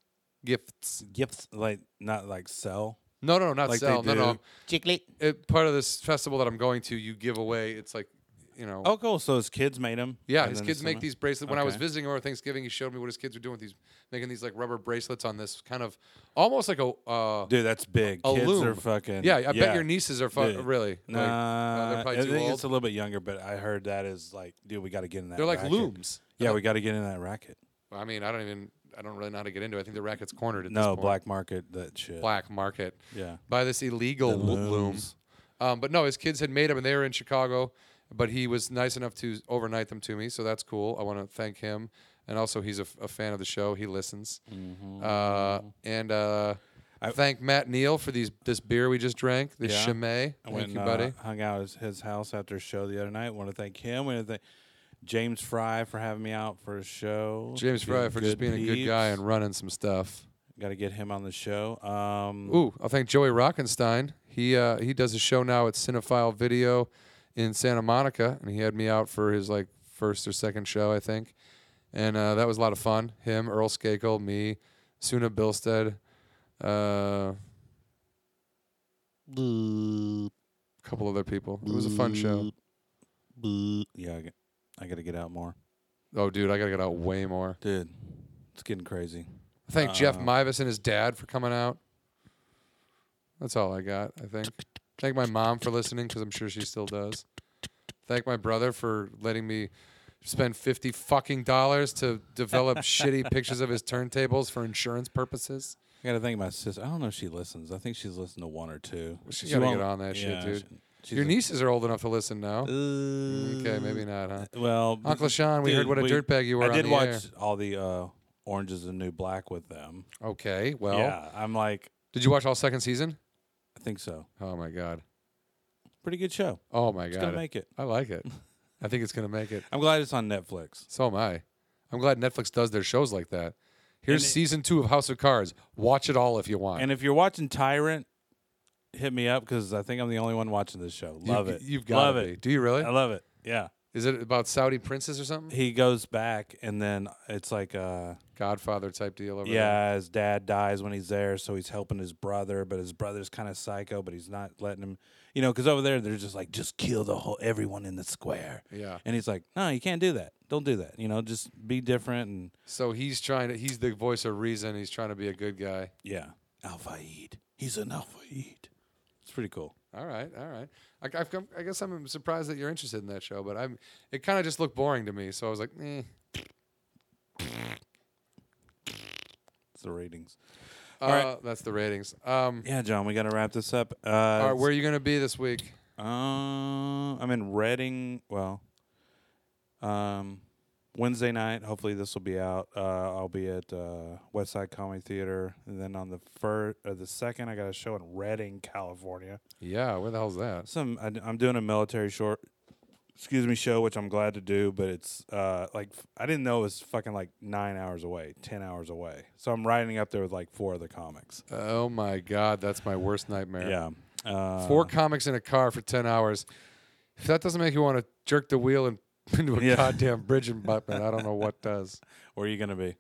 [SPEAKER 5] gifts.
[SPEAKER 4] gifts like not like sell.
[SPEAKER 5] No, no, not
[SPEAKER 4] Like they
[SPEAKER 5] sell. No, no.
[SPEAKER 4] do.
[SPEAKER 6] Chiclet.
[SPEAKER 5] It, part of this festival that I'm going to, you give away. It's like, you know.
[SPEAKER 4] Oh, cool. So his kids made him.
[SPEAKER 5] Yeah,
[SPEAKER 4] and
[SPEAKER 5] his
[SPEAKER 4] then
[SPEAKER 5] kids make
[SPEAKER 4] someone-
[SPEAKER 5] these bracelets. When I was
[SPEAKER 4] Okay.
[SPEAKER 5] visiting over Thanksgiving, he showed me what his kids were doing with these, making these like rubber bracelets on this kind of almost like a uh,
[SPEAKER 4] Dude, that's big.
[SPEAKER 5] a
[SPEAKER 4] kids
[SPEAKER 5] loom.
[SPEAKER 4] are fucking.
[SPEAKER 5] Yeah, I bet your nieces are fun.
[SPEAKER 4] Dude.
[SPEAKER 5] Really? Like,
[SPEAKER 4] Nah,
[SPEAKER 5] uh, they're probably
[SPEAKER 4] I
[SPEAKER 5] too
[SPEAKER 4] think
[SPEAKER 5] old.
[SPEAKER 4] it's a little bit younger, but I heard that is like, dude, we got to get in that.
[SPEAKER 5] They're like
[SPEAKER 4] racket.
[SPEAKER 5] looms.
[SPEAKER 4] Yeah, we got to get in that racket.
[SPEAKER 5] I mean, I don't even. I don't really know how to get into. it. I think the racket's cornered at this
[SPEAKER 4] No
[SPEAKER 5] point.
[SPEAKER 4] black market that shit.
[SPEAKER 5] black market.
[SPEAKER 4] Yeah.
[SPEAKER 5] By this illegal lo- loom.
[SPEAKER 4] looms.
[SPEAKER 5] Um, but no, his kids had made them, and they were in Chicago. But he was nice enough to overnight them to me, so that's cool. I want to thank him, and also he's a, f- a fan of the show. He listens, uh, and uh, thank Matt Neal for these this beer we just drank, this
[SPEAKER 4] Yeah.
[SPEAKER 5] Chimay.
[SPEAKER 4] I
[SPEAKER 5] Thank
[SPEAKER 4] went
[SPEAKER 5] you,
[SPEAKER 4] and,
[SPEAKER 5] buddy.
[SPEAKER 4] Uh, hung out at his house after a show the other night. Want to thank him. Want to thank James Fry for having me out for a show.
[SPEAKER 5] James Fry for just being a good guy and running some stuff.
[SPEAKER 4] got to get him on the show. Um,
[SPEAKER 5] Ooh, I'll thank Joey Rockenstein. He uh, he does a show now at Cinephile Video in Santa Monica, and he had me out for his like first or second show, I think, and uh, that was a lot of fun. Him, Earl Skakel, me, Suna Bilstead, uh, a
[SPEAKER 6] Boop.
[SPEAKER 5] couple other people. It was a fun show.
[SPEAKER 6] Boop.
[SPEAKER 4] Yeah, I, got to get out more,
[SPEAKER 5] Oh, dude, I gotta get out way more.
[SPEAKER 4] dude. It's getting crazy.
[SPEAKER 5] I thank Jeff
[SPEAKER 4] Um,
[SPEAKER 5] Mivas and his dad for coming out. That's all I got. I think. Thank my mom for listening because I'm sure she still does. Thank my brother for letting me spend fifty fucking dollars to develop shitty pictures of his turntables for insurance purposes.
[SPEAKER 4] I got to thank my sister. I don't know if she listens. I think she's listened to one or two.
[SPEAKER 5] She's
[SPEAKER 4] She
[SPEAKER 5] gotta get
[SPEAKER 4] won't-
[SPEAKER 5] on that shit,
[SPEAKER 4] yeah,
[SPEAKER 5] dude.
[SPEAKER 4] she- she's
[SPEAKER 5] Your
[SPEAKER 4] a-
[SPEAKER 5] nieces are old enough to listen now. okay, maybe not, huh?
[SPEAKER 4] Well,
[SPEAKER 5] Uncle Sean, we heard
[SPEAKER 4] Uh, dude,
[SPEAKER 5] what a dirtbag you were
[SPEAKER 4] I
[SPEAKER 5] on
[SPEAKER 4] did
[SPEAKER 5] the
[SPEAKER 4] watch
[SPEAKER 5] air.
[SPEAKER 4] all the uh, Orange Is the New Black with them.
[SPEAKER 5] Okay, well,
[SPEAKER 4] Yeah, I'm like,
[SPEAKER 5] did you watch all second season?
[SPEAKER 4] I think so.
[SPEAKER 5] Oh my god.
[SPEAKER 4] Pretty good show.
[SPEAKER 5] Oh my god.
[SPEAKER 4] It's gonna make it.
[SPEAKER 5] I like it. I think it's gonna make it.
[SPEAKER 4] I'm glad it's on Netflix.
[SPEAKER 5] So am I. I'm glad Netflix does their shows like that. Here's
[SPEAKER 4] And it-
[SPEAKER 5] season two of House of Cards. Watch it all if you want.
[SPEAKER 4] And if you're watching Tyrant, hit me up because I think I'm the only one watching this show.
[SPEAKER 5] You-
[SPEAKER 4] Love it.
[SPEAKER 5] You've got
[SPEAKER 4] love
[SPEAKER 5] to be.
[SPEAKER 4] it.
[SPEAKER 5] Do you really?
[SPEAKER 4] I love it. Yeah.
[SPEAKER 5] Is it about Saudi princes or something?
[SPEAKER 4] He goes back and then it's like uh
[SPEAKER 5] Godfather type deal over there.
[SPEAKER 4] yeah, his dad dies when he's there, so he's helping his brother, but his brother's kind of psycho, but he's not letting him, you know, because over there they're just like, just kill the whole everyone in the square.
[SPEAKER 5] Yeah.
[SPEAKER 4] and he's like, no, you can't do that. Don't do that. You know, just be different and
[SPEAKER 5] So he's trying to. He's the voice of reason. He's trying to be a good guy.
[SPEAKER 4] yeah, Al-Faid. He's an Al-Faid. It's pretty cool.
[SPEAKER 5] All right, all right. I, I've come, I guess I'm surprised that you're interested in that show, but I'm. It kind of just looked boring to me, so I was like, eh.
[SPEAKER 4] It's the ratings.
[SPEAKER 5] Uh,
[SPEAKER 4] right.
[SPEAKER 5] That's the ratings. Um,
[SPEAKER 4] Yeah, John, we got to wrap this up. Uh,
[SPEAKER 5] all right, where are you gonna be this week?
[SPEAKER 4] Uh, I'm in Reading. Well, um, Wednesday night. Hopefully, this will be out. Uh, I'll be at uh, Westside Comedy Theater, and then on the first or the second, I got a show in Reading, California.
[SPEAKER 5] Yeah, where the hell's that?
[SPEAKER 4] Some I, am doing a military short, excuse me, show, which I'm glad to do, but it's uh like f- I didn't know it was fucking like nine hours away, ten hours away. So I'm riding up there with like four other comics.
[SPEAKER 5] Oh my god, that's my worst nightmare.
[SPEAKER 4] Yeah. Uh,
[SPEAKER 5] four comics in a car for 10 hours. If that doesn't make you want to jerk the wheel and into a
[SPEAKER 4] Yeah.
[SPEAKER 5] goddamn bridge abutment, I don't know what does.
[SPEAKER 4] Where are you gonna be?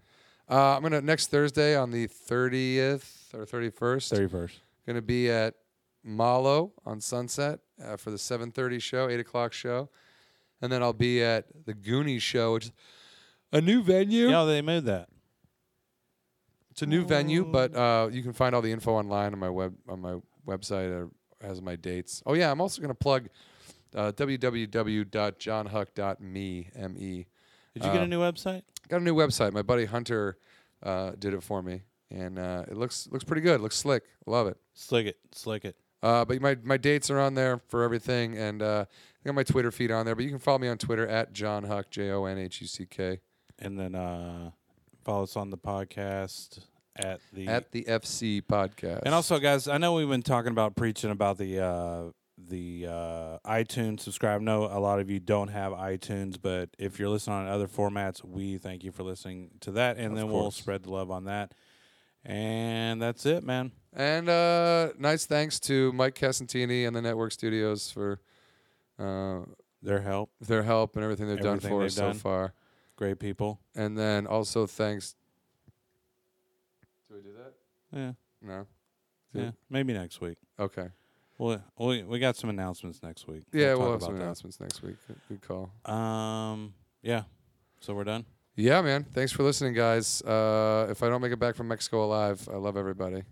[SPEAKER 5] Uh, I'm gonna next Thursday on the 30th or 31st.
[SPEAKER 4] Thirty first.
[SPEAKER 5] Gonna be at Malo on Sunset uh, for the 7:30 show, 8 o'clock show, and then I'll be at the Goonies show, which is a new venue.
[SPEAKER 4] Yeah, they moved that.
[SPEAKER 5] It's a new venue, but uh, you can find all the info online on my web on my website. Or has my dates. Oh yeah, I'm also gonna plug uh, www.johnhuck.me. M E.
[SPEAKER 4] Did you get
[SPEAKER 5] Uh,
[SPEAKER 4] a new website?
[SPEAKER 5] Got a new website. My buddy Hunter uh, did it for me, and uh, it looks looks pretty good. Looks slick. Love it.
[SPEAKER 4] Slick it, slick it.
[SPEAKER 5] Uh, but my, my dates are on there for everything, and uh, I got my Twitter feed on there. But you can follow me on Twitter at John Huck J O N H U C K
[SPEAKER 4] And then uh follow us on the podcast at the
[SPEAKER 5] at the FC Podcast.
[SPEAKER 4] And also guys, I know we've been talking about preaching about the uh the uh, iTunes subscribe. No, a lot of you don't have iTunes, but if you're listening on other formats, we thank you for listening to that, and then we'll
[SPEAKER 5] course.
[SPEAKER 4] spread the love on that. And that's it, man.
[SPEAKER 5] And uh, nice thanks to Mike Casantini and the Network Studios for uh,
[SPEAKER 4] Their help,
[SPEAKER 5] their help and everything they've
[SPEAKER 4] Everything
[SPEAKER 5] done for
[SPEAKER 4] they've
[SPEAKER 5] us
[SPEAKER 4] done.
[SPEAKER 5] so far.
[SPEAKER 4] great people.
[SPEAKER 5] And then also thanks. Do we do that?
[SPEAKER 4] Yeah,
[SPEAKER 5] No. Dude.
[SPEAKER 4] yeah. Maybe next week.
[SPEAKER 5] Okay.
[SPEAKER 4] Well, we we got some announcements next week.
[SPEAKER 5] Yeah,
[SPEAKER 4] talk
[SPEAKER 5] we'll have
[SPEAKER 4] about
[SPEAKER 5] some
[SPEAKER 4] that.
[SPEAKER 5] announcements next week. Good- Good call.
[SPEAKER 4] Um, yeah. So we're done.
[SPEAKER 5] Yeah, man. Thanks for listening, guys. Uh, if I don't make it back from Mexico alive, I love everybody.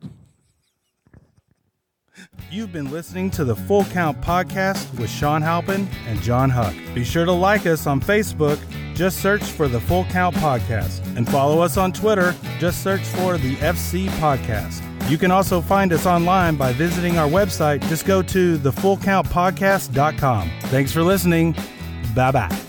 [SPEAKER 1] You've been listening to the Full Count Podcast with Sean Halpin and John Huck. Be sure to like us on Facebook. Just search for the Full Count Podcast and follow us on Twitter. Just search for the FC Podcast. You can also find us online by visiting our website. Just go to thefullcountpodcast.com. Thanks for listening. Bye bye.